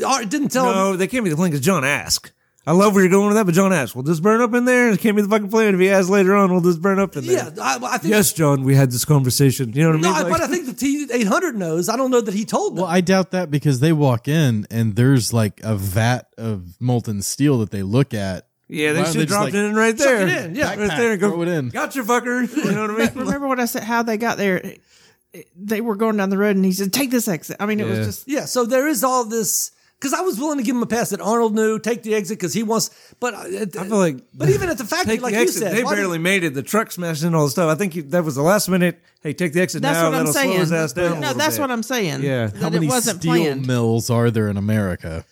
Art didn't tell him.
No, they can't be the plan because John asked. I love where you're going with that, but John asked, "Will this burn up in there?" It can't be the fucking plan if he asks later on. Will this burn up in there?
Yeah, I, I think.
Yes, John. We had this conversation. You know what
No,
I
I-
mean?
but I think the T eight hundred knows. I don't know that he told them.
Well, I doubt that because they walk in and there's like a vat of molten steel that they look at.
yeah, they
Why
should
don't
have
they just,
dropped
like,
it in right
chuck it
there.
in, yeah.
right there. and Go,
throw it in.
Gotcha, fucker. [LAUGHS] You know what
[LAUGHS]
I mean?
Remember what I said? How they got there? They were going down the road, and he said, "Take this exit." I mean, it
Yeah.
was just
yeah, so there is all this. Because I was willing to give him a pass that Arnold knew, take the exit because he wants. But I
feel like-
But even at the factory,
Take
like
the
you
exit.
said,
they
why do-
barely made it. The truck smashed into all the stuff. I think you, that was the last minute. Hey, take the exit
That's
now.
what I'm
That'll slow
saying.
his ass down. a
No,
little
that's
bit.
what I'm saying.
Yeah.
that
How
it
many
wasn't
steel
planned.
mills are there in America?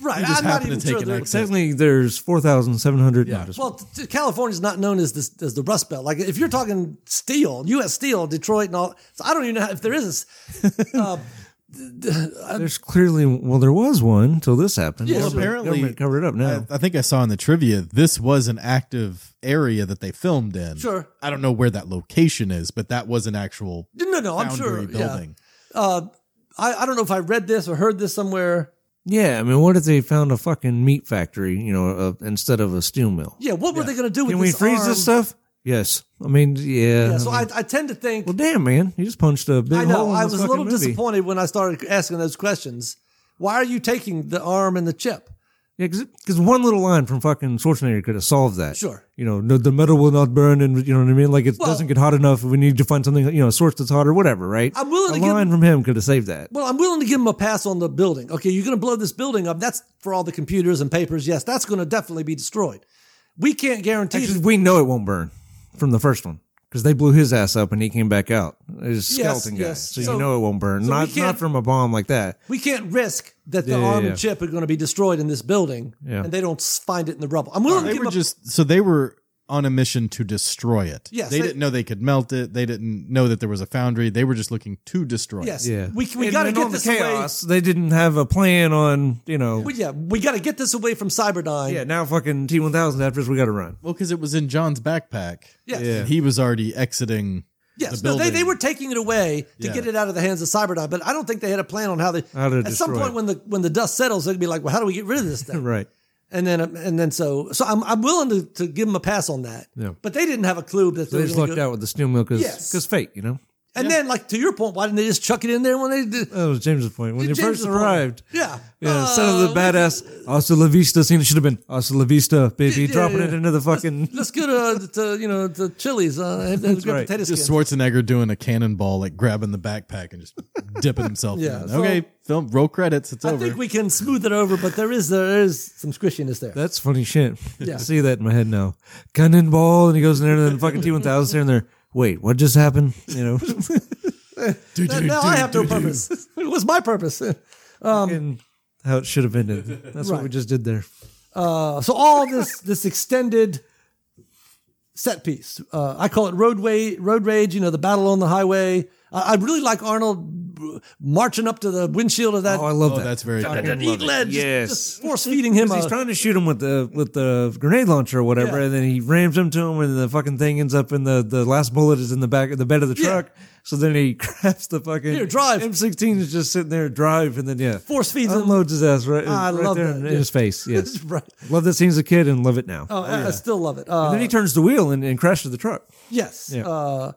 right?
just
I'm not
happened to
even
take
sure.
an
there-
exit.
Technically, there's four thousand seven hundred. Yeah.
Well, t- t- California's not known as the, as the Rust Belt. Like if you're talking steel, U.S. steel, Detroit, and all. So I don't even know how, if there is. A, s- uh,
there's clearly well, there was one till this happened.
Yeah,
Well,
sure.
Apparently-
government covered it up now.
I think I saw in the trivia this was an active area that they filmed in.
Sure.
I don't know where that location is, but that was an actual
no, no, I'm sure.
foundry
Yeah.
building.
Uh, I, I don't know if I read this or heard this somewhere.
yeah, I mean, what if they found a fucking meat factory? You know, uh, instead of a steel mill.
Yeah, what were they going to do with
Can we
this
freeze
arm?
this stuff? Yes. I mean, yeah.
Yeah, so
I mean-
I, I tend to think.
well, damn, man, you just punched a big
I know.
hole in
I
this
was a little
fucking movie.
disappointed when I started asking those questions. Why are you taking the arm and the chip?
Yeah, because one little line from fucking Schwarzenegger could have solved that.
Sure.
You know, no, the metal will not burn, and you know what I mean. Like it
Well-
doesn't get hot enough. We need to find something, you know, a source that's hotter, whatever. Right.
I'm willing
a
to give-
line from him could have saved that.
Well, I'm willing to give him a pass on the building. Okay, you're going to blow this building up. That's for all the computers and papers. Yes, that's going to definitely be destroyed. We can't guarantee.
Actually,
that-
we know it won't burn from the first one because they blew his ass up and he came back out. It's
Yes,
a skeleton guy,
yes.
so,
So-
you know it won't burn.
we
not
can't-
not from a bomb like that.
we can't risk that the
Yeah, yeah,
arm
yeah.
and chip are going to be destroyed in this building,
Yeah.
and they don't s- find it in the rubble. I'm willing to
They
give
were
him a
just so they were on a mission to destroy it.
Yes,
they,
they-
didn't know they could melt it. They didn't know that there was a foundry. They were just looking to destroy
yes.
it.
Yeah.
We we
And
got to
then
get
on the
this away.
chaos. They didn't have a plan on you know.
We, yeah, we got to get this away from Cyberdyne.
Yeah. Now fucking T one thousand after us, we got to run.
Well, because it was in John's backpack.
Yes.
And he was already exiting.
Yes,
the
no, they,
building.
they were taking it away to
Yeah.
get it out of the hands of Cyberdyne, but I don't think they had a plan on how they.
How to
at some
destroy
point,
it.
when the when the dust settles, they'd be like, "Well, how do we get rid of this thing?"
[LAUGHS] Right.
And then and then so so I'm I'm willing to, to give them a pass on that.
Yeah.
But they didn't have a clue that
They
they
just
were gonna
lucked
go-
out with the steel mill because
Yes.
fate, you know.
And then like to your point, why didn't they just chuck it in there when they did?
That was James's point when you
James's
first
point.
arrived.
Yeah.
Yeah,
Uh,
instead of the badass "Hasta la vista" scene, it should have been "Hasta la vista, baby,"
Yeah, yeah,
dropping
yeah.
it into the fucking.
Let's go to, to you know to Chili's. Uh, and, and grab
right.
potato
Just
skins.
Schwarzenegger doing a cannonball, like grabbing the backpack and just [LAUGHS] dipping himself
Yeah,
in.
so-
okay, film, roll credits. It's
I
over.
think we can smooth it over, but there is there is some squishiness there.
That's funny shit. [LAUGHS]
Yeah.
I see that in my head now. Cannonball, and he goes in there, and then fucking T one thousand standing there. Wait, what just happened? You know, [LAUGHS]
Now- now I have no purpose. [LAUGHS] it was my purpose. [LAUGHS]
and how it should have ended. That's what we
Right.
just did there.
Uh, so all this this extended set piece. Uh, I call it roadway road rage. You know, the battle on the highway. I, I really like Arnold marching up to the windshield of that.
Oh, I love
Oh,
that.
that's very.
that eagle head, just-
Yes.
just force feeding him.
'Cause
a-
he's trying to shoot him with the with the grenade launcher or whatever,
Yeah.
and then he rams him to him, and the fucking thing ends up in the the last bullet is in the back of the bed of the
Yeah.
truck. So then he [LAUGHS] grabs the fucking
Here, drive.
M16 is just sitting there drive, and then yeah,
Force feeds him.
unloads his ass right,
I
right
love
there
that,
in, in
yeah.
his
[LAUGHS]
face. Yes,
right.
love that scene as a kid and love it now.
Oh, I, I still love it. Uh,
then he turns the wheel and, and crashes the truck.
yes.
Yeah.
Uh,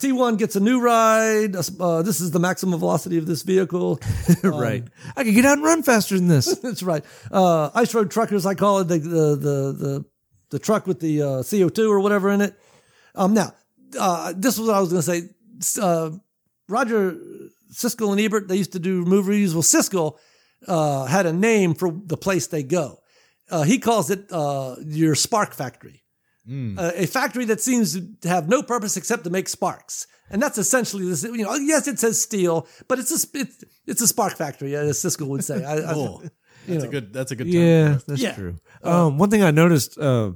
T1 gets a new ride. Uh, this is the maximum velocity of this vehicle.
[LAUGHS] right, I could get out and run faster than this.
That's right. Uh, ice road truckers, I call it the the the the, the truck with the uh, CO two or whatever in it. Um, now uh, this was what I was going to say. S- Uh, Roger Siskel and Ebert, they used to do move reviews. Well, Siskel uh, had a name for the place they go. Uh, he calls it uh, your spark factory, uh, a factory that seems to have no purpose except to make sparks. And that's essentially this. You know, yes, it says steel, but it's a sp- it's, it's a spark factory, as Siskel would say. I, I,
Cool. That's a good. That's a good. Term.
yeah,
[LAUGHS]
that's
Yeah. Uh,
true. Um, one thing I noticed uh,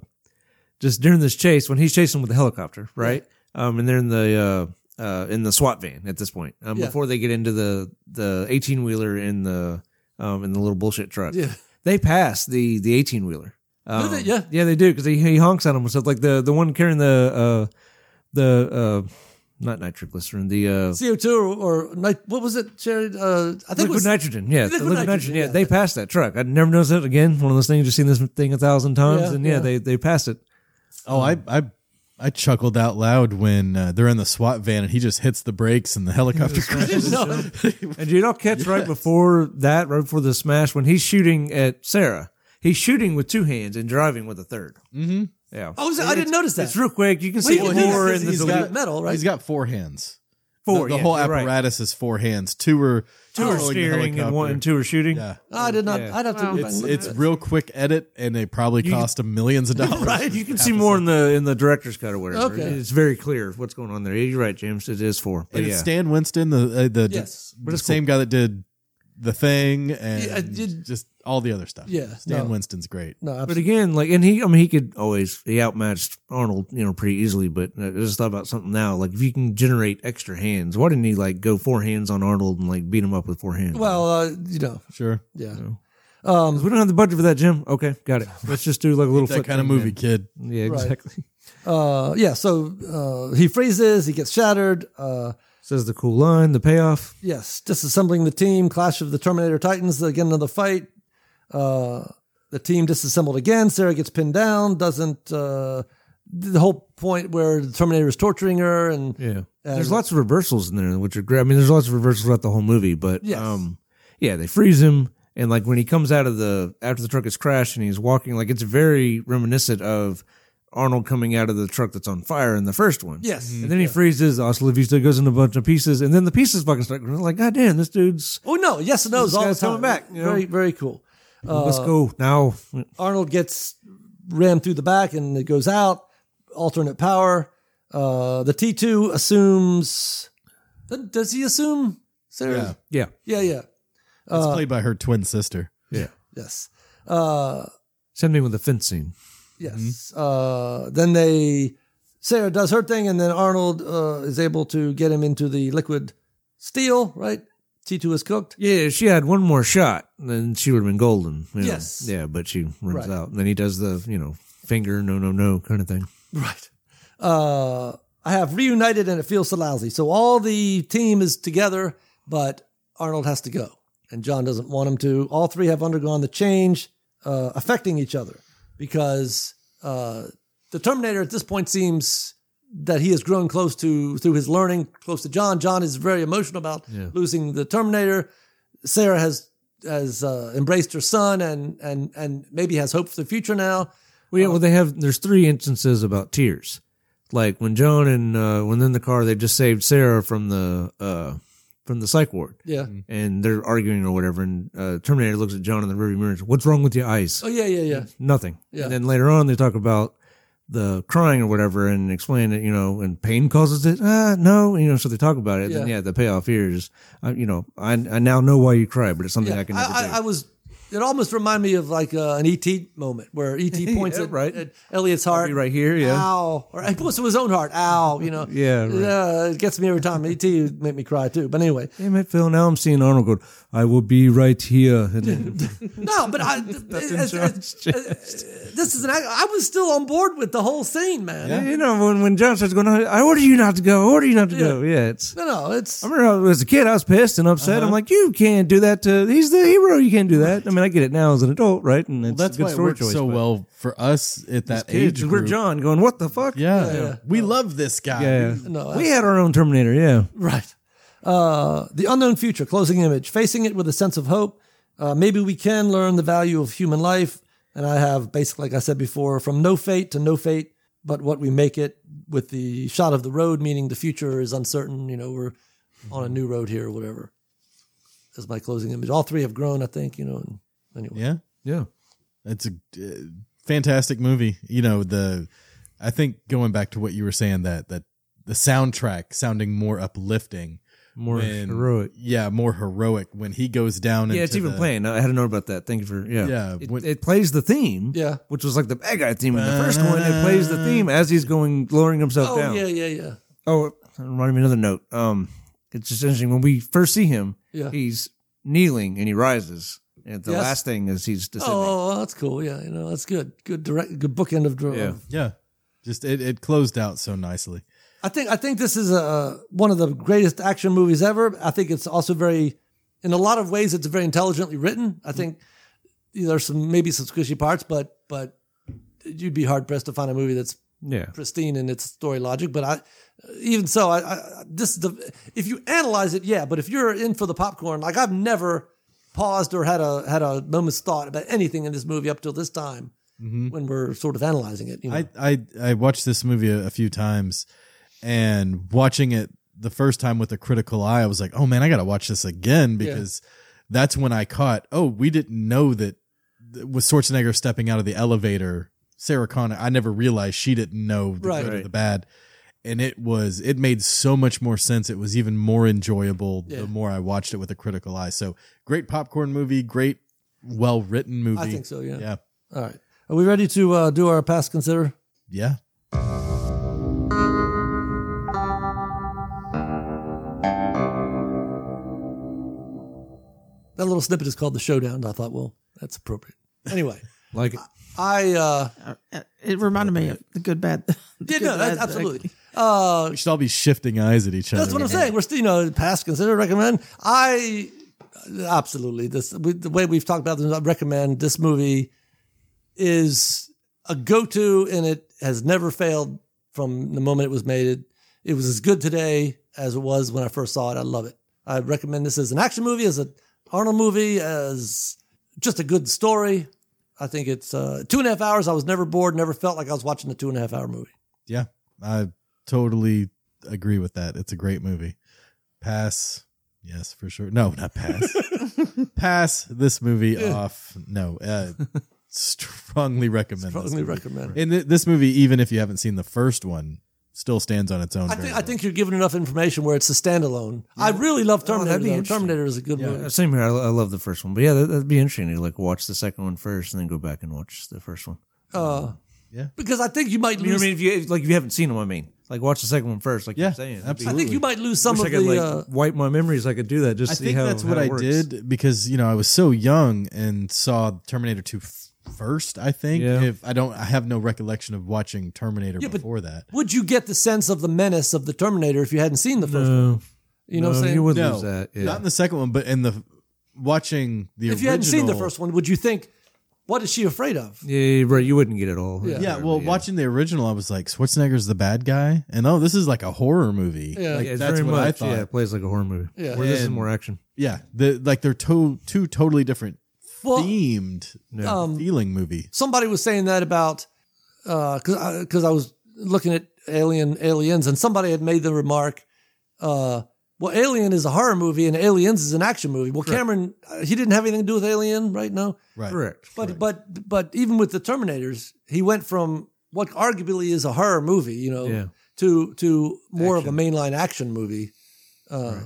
just during this chase when he's chasing with the helicopter, right? Um, and they're in the uh, uh, in the SWAT van at this point. Um,
Yeah.
before they get into the the eighteen wheeler in the um in the little bullshit truck,
Yeah.
they pass the the eighteen wheeler. Um,
they? Yeah.
yeah, they do because he, he honks at them and stuff. Like the the one carrying the uh the uh not nitroglycerin the uh
CO two or, or nit- what was it? Sherry? Uh, I think it
liquid
was
nitrogen. Yeah,
Liquid
the liquid
nitrogen,
nitrogen. yeah,
yeah.
they passed that truck. I never noticed it again. One of those things you've seen this thing a thousand times,
Yeah,
and yeah,
yeah.
they they passed it.
Oh, I, I, I chuckled out loud when uh, they're in the SWAT van and he just hits the brakes and
[LAUGHS]
the helicopter crashes. [LAUGHS]
No,
And you know, catch right before that, right before the smash, when he's shooting at Sarah, he's shooting with two hands and driving with a 3rd Mm-hmm. Yeah,
I was I didn't notice Oh, that.
it's real quick. You can see
Well,
it
he's-
more
he's-
in the
he's
delete.
got- metal, right?
He's got four hands.
Four.
the
yeah,
whole
you're right.
apparatus is four hands. Two are
Two are
controlling the
steering and one
helicopter.
and two are shooting. [LAUGHS]
Yeah.
I did not.
Yeah.
I'd have to.
Well,
go back
It's
and look
it's
at it.
real quick edit, and they probably cost them
[LAUGHS]
millions of dollars.
Right, you can see more in the in the director's cut or whatever.
Okay.
It's very clear what's going on there. You're right, James. It is four. But
And
yeah,
it's Stan Winston, the uh, the,
Yes,
the same guy that did the thing and
Yeah, I did-
just all the other stuff.
Yeah,
Stan
no.
Winston's great.
No,
but
absolutely.
again, like, and he, I mean, he could always he outmatched Arnold, you know, pretty easily. But uh, I just thought about something now. Like, if you can generate extra hands, why didn't he like go four hands on Arnold and like beat him up with four hands?
Well, uh, you know,
Sure,
yeah.
we don't have the budget for that, Jim. Okay, got it. Let's just do like a little
that
foot
kind of
thing,
movie,
man.
kid.
Yeah,
Right.
exactly. [LAUGHS]
Uh, yeah. So uh, he freezes. He gets shattered. Uh,
Says the cool line, the payoff.
yes, disassembling the team. Clash of the Terminator Titans. Again, another fight. Uh, the team disassembled again. Sarah gets pinned down. Doesn't. Uh, the whole point where the Terminator is torturing her and
Yeah.
And-
there's lots of reversals in there, which are great. I mean, there's lots of reversals throughout the whole movie, but
Yes.
um, yeah, they freeze him. And like when he comes out of the after the truck has crashed and he's walking, like it's very reminiscent of Arnold coming out of the truck that's on fire in the first one.
Yes.
And then he freezes, Oscar Vista goes into a bunch of pieces, and then the pieces fucking start growing. Like, God damn, this dude's
Oh no! Yes and no's
This
all the
guy's
time.
coming back, you know?
Very very cool.
let's
Uh,
go now.
Arnold gets rammed through the back and it goes out. Alternate power. Uh, the T two assumes. Does he assume? Sarah?
Yeah.
Yeah. Yeah.
It's played by her twin sister.
Yeah.
Yes. Uh,
Same thing with the fence scene.
yes. Uh, then they Sarah does her thing, and then Arnold uh, is able to get him into the liquid steel. Right. T two is cooked.
Yeah, if she had one more shot, then she would have been golden. you know.
Yes.
Yeah, but she runs
Right.
out. And then he does the, you know, finger, no, no, no kind of thing.
Right. Uh, I have reunited and it feels so lousy. So all the team is together, but Arnold has to go. And John doesn't want him to. All three have undergone the change, uh, affecting each other because uh, the Terminator at this point seems that he has grown close to, through his learning, close to John. John is very emotional about losing the Terminator. Sarah has has uh, embraced her son and and and maybe has hope for the future now.
Well,
Uh-huh.
yeah, well, they have. There's three instances about tears, like when Joan and uh, when in the car they just saved Sarah from the uh, from the psych ward,
Yeah.
and they're arguing or whatever. And uh, Terminator looks at John in the rearview mirror. and says, What's wrong with your eyes?
Oh yeah, yeah, yeah.
Nothing.
Yeah.
And then later on they talk about the crying or whatever and explain that you know and pain causes it. Ah, no, you know. So they talk about it. Then
Yeah.
yeah, the payoff here is, uh, you know, I I now know why you cry, but it's something I can never
I,
do.
I, I was. It almost reminded me of like uh, an ET moment where ET points
[LAUGHS] Yeah,
at,
right.
at Elliot's heart,
right here, yeah.
Ow, or he points to his own heart, ow. You know,
[LAUGHS] Yeah, right.
yeah. It gets me every time. ET would make me cry too. But anyway,
Damn it, Phil! Now I'm seeing Arnold go. I will be right here. And then-
no. But
[LAUGHS]
I, as- as- this is an. act- I was still on board with the whole scene, man.
You know, when, when John starts going, I order you not to go, I order you not to go. Yeah, it's.
No, no. It's
I remember as a kid, I was pissed and upset. I'm like, you can't do that to. He's the hero. You can't do that. I mean, I get it now as an adult, right? And it's
That's
a good
why it
story
worked
choice.
so
but
well for us at that
kids,
age.
we're
group.
John going, what the fuck?
Yeah. we love this guy.
Yeah.
[LAUGHS] No,
we had our own Terminator. Yeah.
Right. Uh, the unknown future, closing image, facing it with a sense of hope. Uh, maybe we can learn the value of human life. And I have basically, like I said before, from no fate to no fate, but what we make it with the shot of the road, meaning the future is uncertain. You know, we're on a
Mm-hmm.
new road here or whatever. Is my closing image. All three have grown, I think, you know. And anyway,
Yeah.
Yeah.
It's a uh, fantastic movie. You know, the I think going back to what you were saying that that the soundtrack sounding more uplifting,
More
when-
heroic.
Yeah, more heroic when he goes down.
Yeah,
into
it's even
the-
playing. I had to know about that. Thank you for yeah.
Yeah,
it,
when-
it plays the theme.
Yeah.
which was like the bad guy theme in the first one. It plays the theme as he's going lowering himself
Oh,
down.
yeah, yeah, yeah.
Oh, it reminded me of another note. Um, it's just interesting when we first see him.
Yeah.
he's kneeling and he rises, and the
Yes.
last thing is he's descending.
Oh, that's cool. Yeah, you know, that's good. Good direct, good bookend of, of
Yeah.
Yeah. Just it, it closed out so nicely.
I think I think this is a one of the greatest action movies ever. I think it's also very, in a lot of ways, it's very intelligently written. I think there's some maybe some squishy parts, but but you'd be hard pressed to find a movie that's
Yeah,
pristine in its story logic. But I, even so, I, I this is the if you analyze it, yeah. But if you're in for the popcorn, like I've never paused or had a had a moment's thought about anything in this movie up till this time
Mm-hmm.
when we're sort of analyzing it. You know?
I I I watched this movie a, a few times, and watching it the first time with a critical eye, I was like, oh man, I got to watch this again because that's when I caught, oh, we didn't know that th- with Schwarzenegger stepping out of the elevator, Sarah Connor, I never realized she didn't know the
Right.
good or the
Right.
bad. And it was, it made so much more sense. It was even more enjoyable
Yeah.
the more I watched it with a critical eye. So great popcorn movie, great, well written movie.
I think so, yeah.
Yeah.
All right. Are we ready to uh, do our past consider?
Yeah.
That little snippet is called The Showdown. and I thought, well, that's appropriate. [LAUGHS] Anyway,
Like it.
I. Uh,
Uh, It reminded me of the good, bad. [LAUGHS] the
yeah,
good,
no,
bad,
that's
the
absolutely.
ugly.
Uh,
We should all be shifting eyes at each other.
That's what I'm saying. We're still, you know, pass, consider, recommend. I absolutely this we, the way we've talked about this. I recommend this movie is a go-to, and it has never failed from the moment it was made. It, it was as good today as it was when I first saw it. I love it. I recommend this as an action movie, as an Arnold movie, as just a good story. I think it's uh, two and a half hours. I was never bored, never felt like I was watching a two and a half hour movie.
Yeah, I totally agree with that. It's a great movie. Pass. Yes, for sure. No, not [LAUGHS] pass. pass this movie off. No, uh, strongly recommend. this
Strongly
movie.
recommend.
And th- this movie, even if you haven't seen the first one, still stands on its own.
I
very
think, I
well.
think you're given enough information where it's a standalone. I really love Terminator.
Oh, that'd be
though.
interesting.
Terminator is a good movie.
Uh, Same here. I, I love the first one, but yeah, that, that'd be interesting to like watch the second one first and then go back and watch the first one.
Uh,
Yeah.
Because I think you might
You know
lose.
what I mean? If you like, if you haven't seen them, I mean, like watch the second one first, like
Yeah,
you're saying.
I
absolutely.
think you might lose some
I
of
wish I
the.
could like
uh,
wipe my memories. I could do that. Just
I
see
think
how,
that's
how
what
it
I
works.
did because you know I was so young and saw Terminator 2 f- first. I think
Yeah.
if I don't, I have no recollection of watching Terminator
Yeah, but-
before that.
would you get the sense of the menace of the Terminator if you hadn't seen the first one?
No,
You know what I'm
no,
saying?
you wouldn't
No,
lose that. Yeah.
not in the second one, but in the watching the
if you hadn't seen the
original-
first one, would you think, what is she afraid of?
yeah, yeah, right. You wouldn't get it all.
Yeah.
Yeah, well, watching the original, I was like, Schwarzenegger's the bad guy, and oh, this is like a horror movie.
Yeah.
like,
Yeah, it's
that's
very
what
much.
I thought.
Yeah,
Yeah,
it plays like a horror movie.
Yeah.
where this is
And-
more action.
the like they're to- two totally different
Well,
themed
um,
feeling movie.
somebody was saying that about uh, because I because I was looking at Alien Aliens and somebody had made the remark, uh, well, Alien is a horror movie and Aliens is an action movie. Well, Cameron uh, he didn't have anything to do with Alien, right? No,
Right.
Correct.
but but but even with the Terminators, he went from what arguably is a horror movie, you know,
Yeah.
to to more of a mainline action movie. Uh,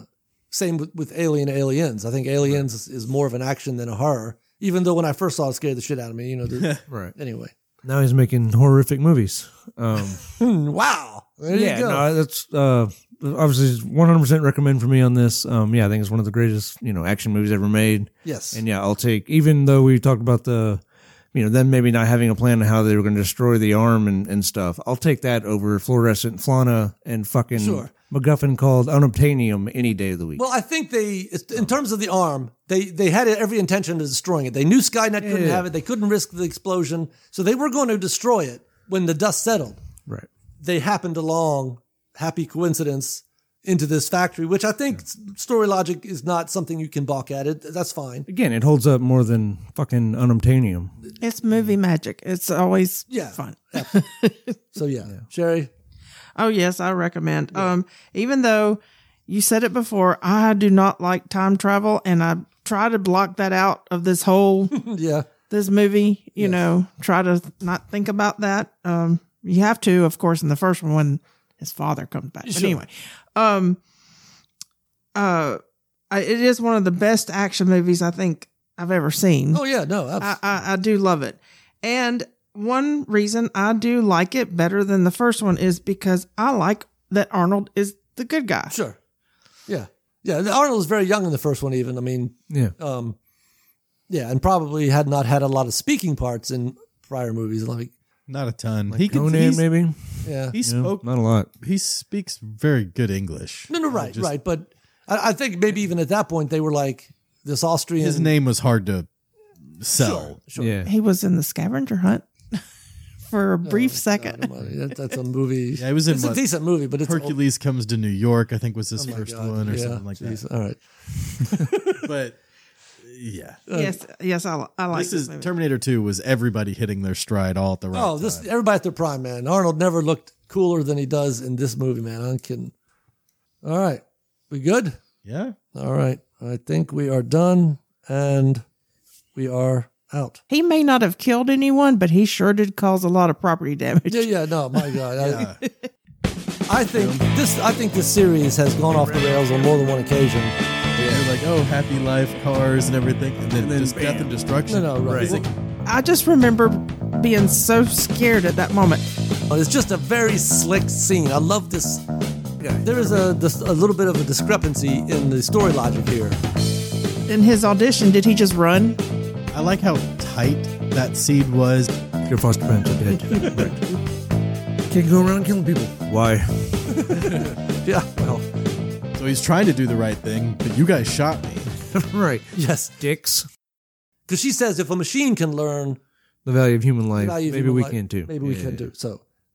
Same with, with Alien Aliens. I think Aliens is, is more of an action than a horror. Even though when I first saw it, it scared the shit out of me. You know,
[LAUGHS]
the-
Right
anyway.
now he's making horrific movies. Um,
Hmm, wow. [LAUGHS] There
yeah,
you go.
no, that's uh, obviously 100 percent recommend for me on this. Um, yeah, I think it's one of the greatest you know action movies ever made.
yes.
And yeah, I'll take even though we talked about the you know, them maybe not having a plan on how they were gonna destroy the arm and, and stuff. I'll take that over fluorescent flana and fucking
Sure.
MacGuffin called unobtainium any day of the week.
well, I think they, it's-
Oh.
in terms of the arm, they they had every intention of destroying it. They knew Skynet couldn't
Yeah.
have it. They couldn't risk the explosion, so they were going to destroy it when the dust settled.
right.
They happened along, happy coincidence, into this factory, which I think s- story logic is not something you can balk at. It that's fine.
Again, it holds up more than fucking unobtainium.
It's movie magic. It's always
Yeah.
fun.
So yeah, Sherry.
Oh yes, I recommend. Um, even though you said it before, I do not like time travel, and I try to block that out of this whole
Mm, Yeah,
this movie. You know, try to not think about that. Um, you have to, of course, in the first one when his father comes back. But anyway, um, uh, I, it is one of the best action movies I think I've ever seen.
Oh yeah. No. abs-
I, I, I do love it. And one reason I do like it better than the first one is because I like that Arnold is the good guy.
sure. Yeah. Yeah. Arnold was very young in the first one. Even I mean,
Yeah.
um yeah and probably had not had a lot of speaking parts in prior movies like
Not a ton.
He
he can.
Conan
he's-
maybe?
yeah
He
No,
spoke.
not a lot.
He speaks very good English.
no no right
Just-
right but I, I think maybe even at that point they were like this austrian
His
[LAUGHS]
name was hard to sell.
sure.
Yeah.
He was in the scavenger hunt [LAUGHS] for a brief second.
I don't know, that- that's a movie
Yeah, he was in
it's a
what-
decent movie but it's
Hercules comes to New York. I think was his first
Oh God,
one or
yeah,
something like
jeez, all right
that. But yeah,
yes, yes, I, li- I like
this
this,
is
movie.
Terminator Two was everybody hitting their stride all at the right
oh
time.
this everybody at their prime man arnold never looked cooler than he does in this movie man i'm kidding All right. We good?
Yeah.
All right. I think we are done and we are out.
He may not have killed anyone, but he sure did cause a lot of property damage.
Yeah, yeah, no, my God. I, [LAUGHS] I think this I think this series has gone off the rails on more than one occasion.
They're like, oh, happy life, cars, and everything, and then,
then
just death
bam.
and destruction.
No, no, right.
It's like,
I just remember being so scared at that moment.
But it's just a very slick scene. I love this.
Yeah.
There is a, this, a little bit of a discrepancy in the story logic here.
In his audition, did he just run?
I like how tight that seed was.
Your foster parents
[LAUGHS]
are dead. Can't go around killing people. Why? [LAUGHS]
Yeah, well,
So he's trying to do the right thing, but you guys shot me.
right.
yes.
Dicks.
Because she says if a machine can learn,
The value of human life.
value of
maybe
human
we
life,
can too.
Maybe we
Yeah.
can too. So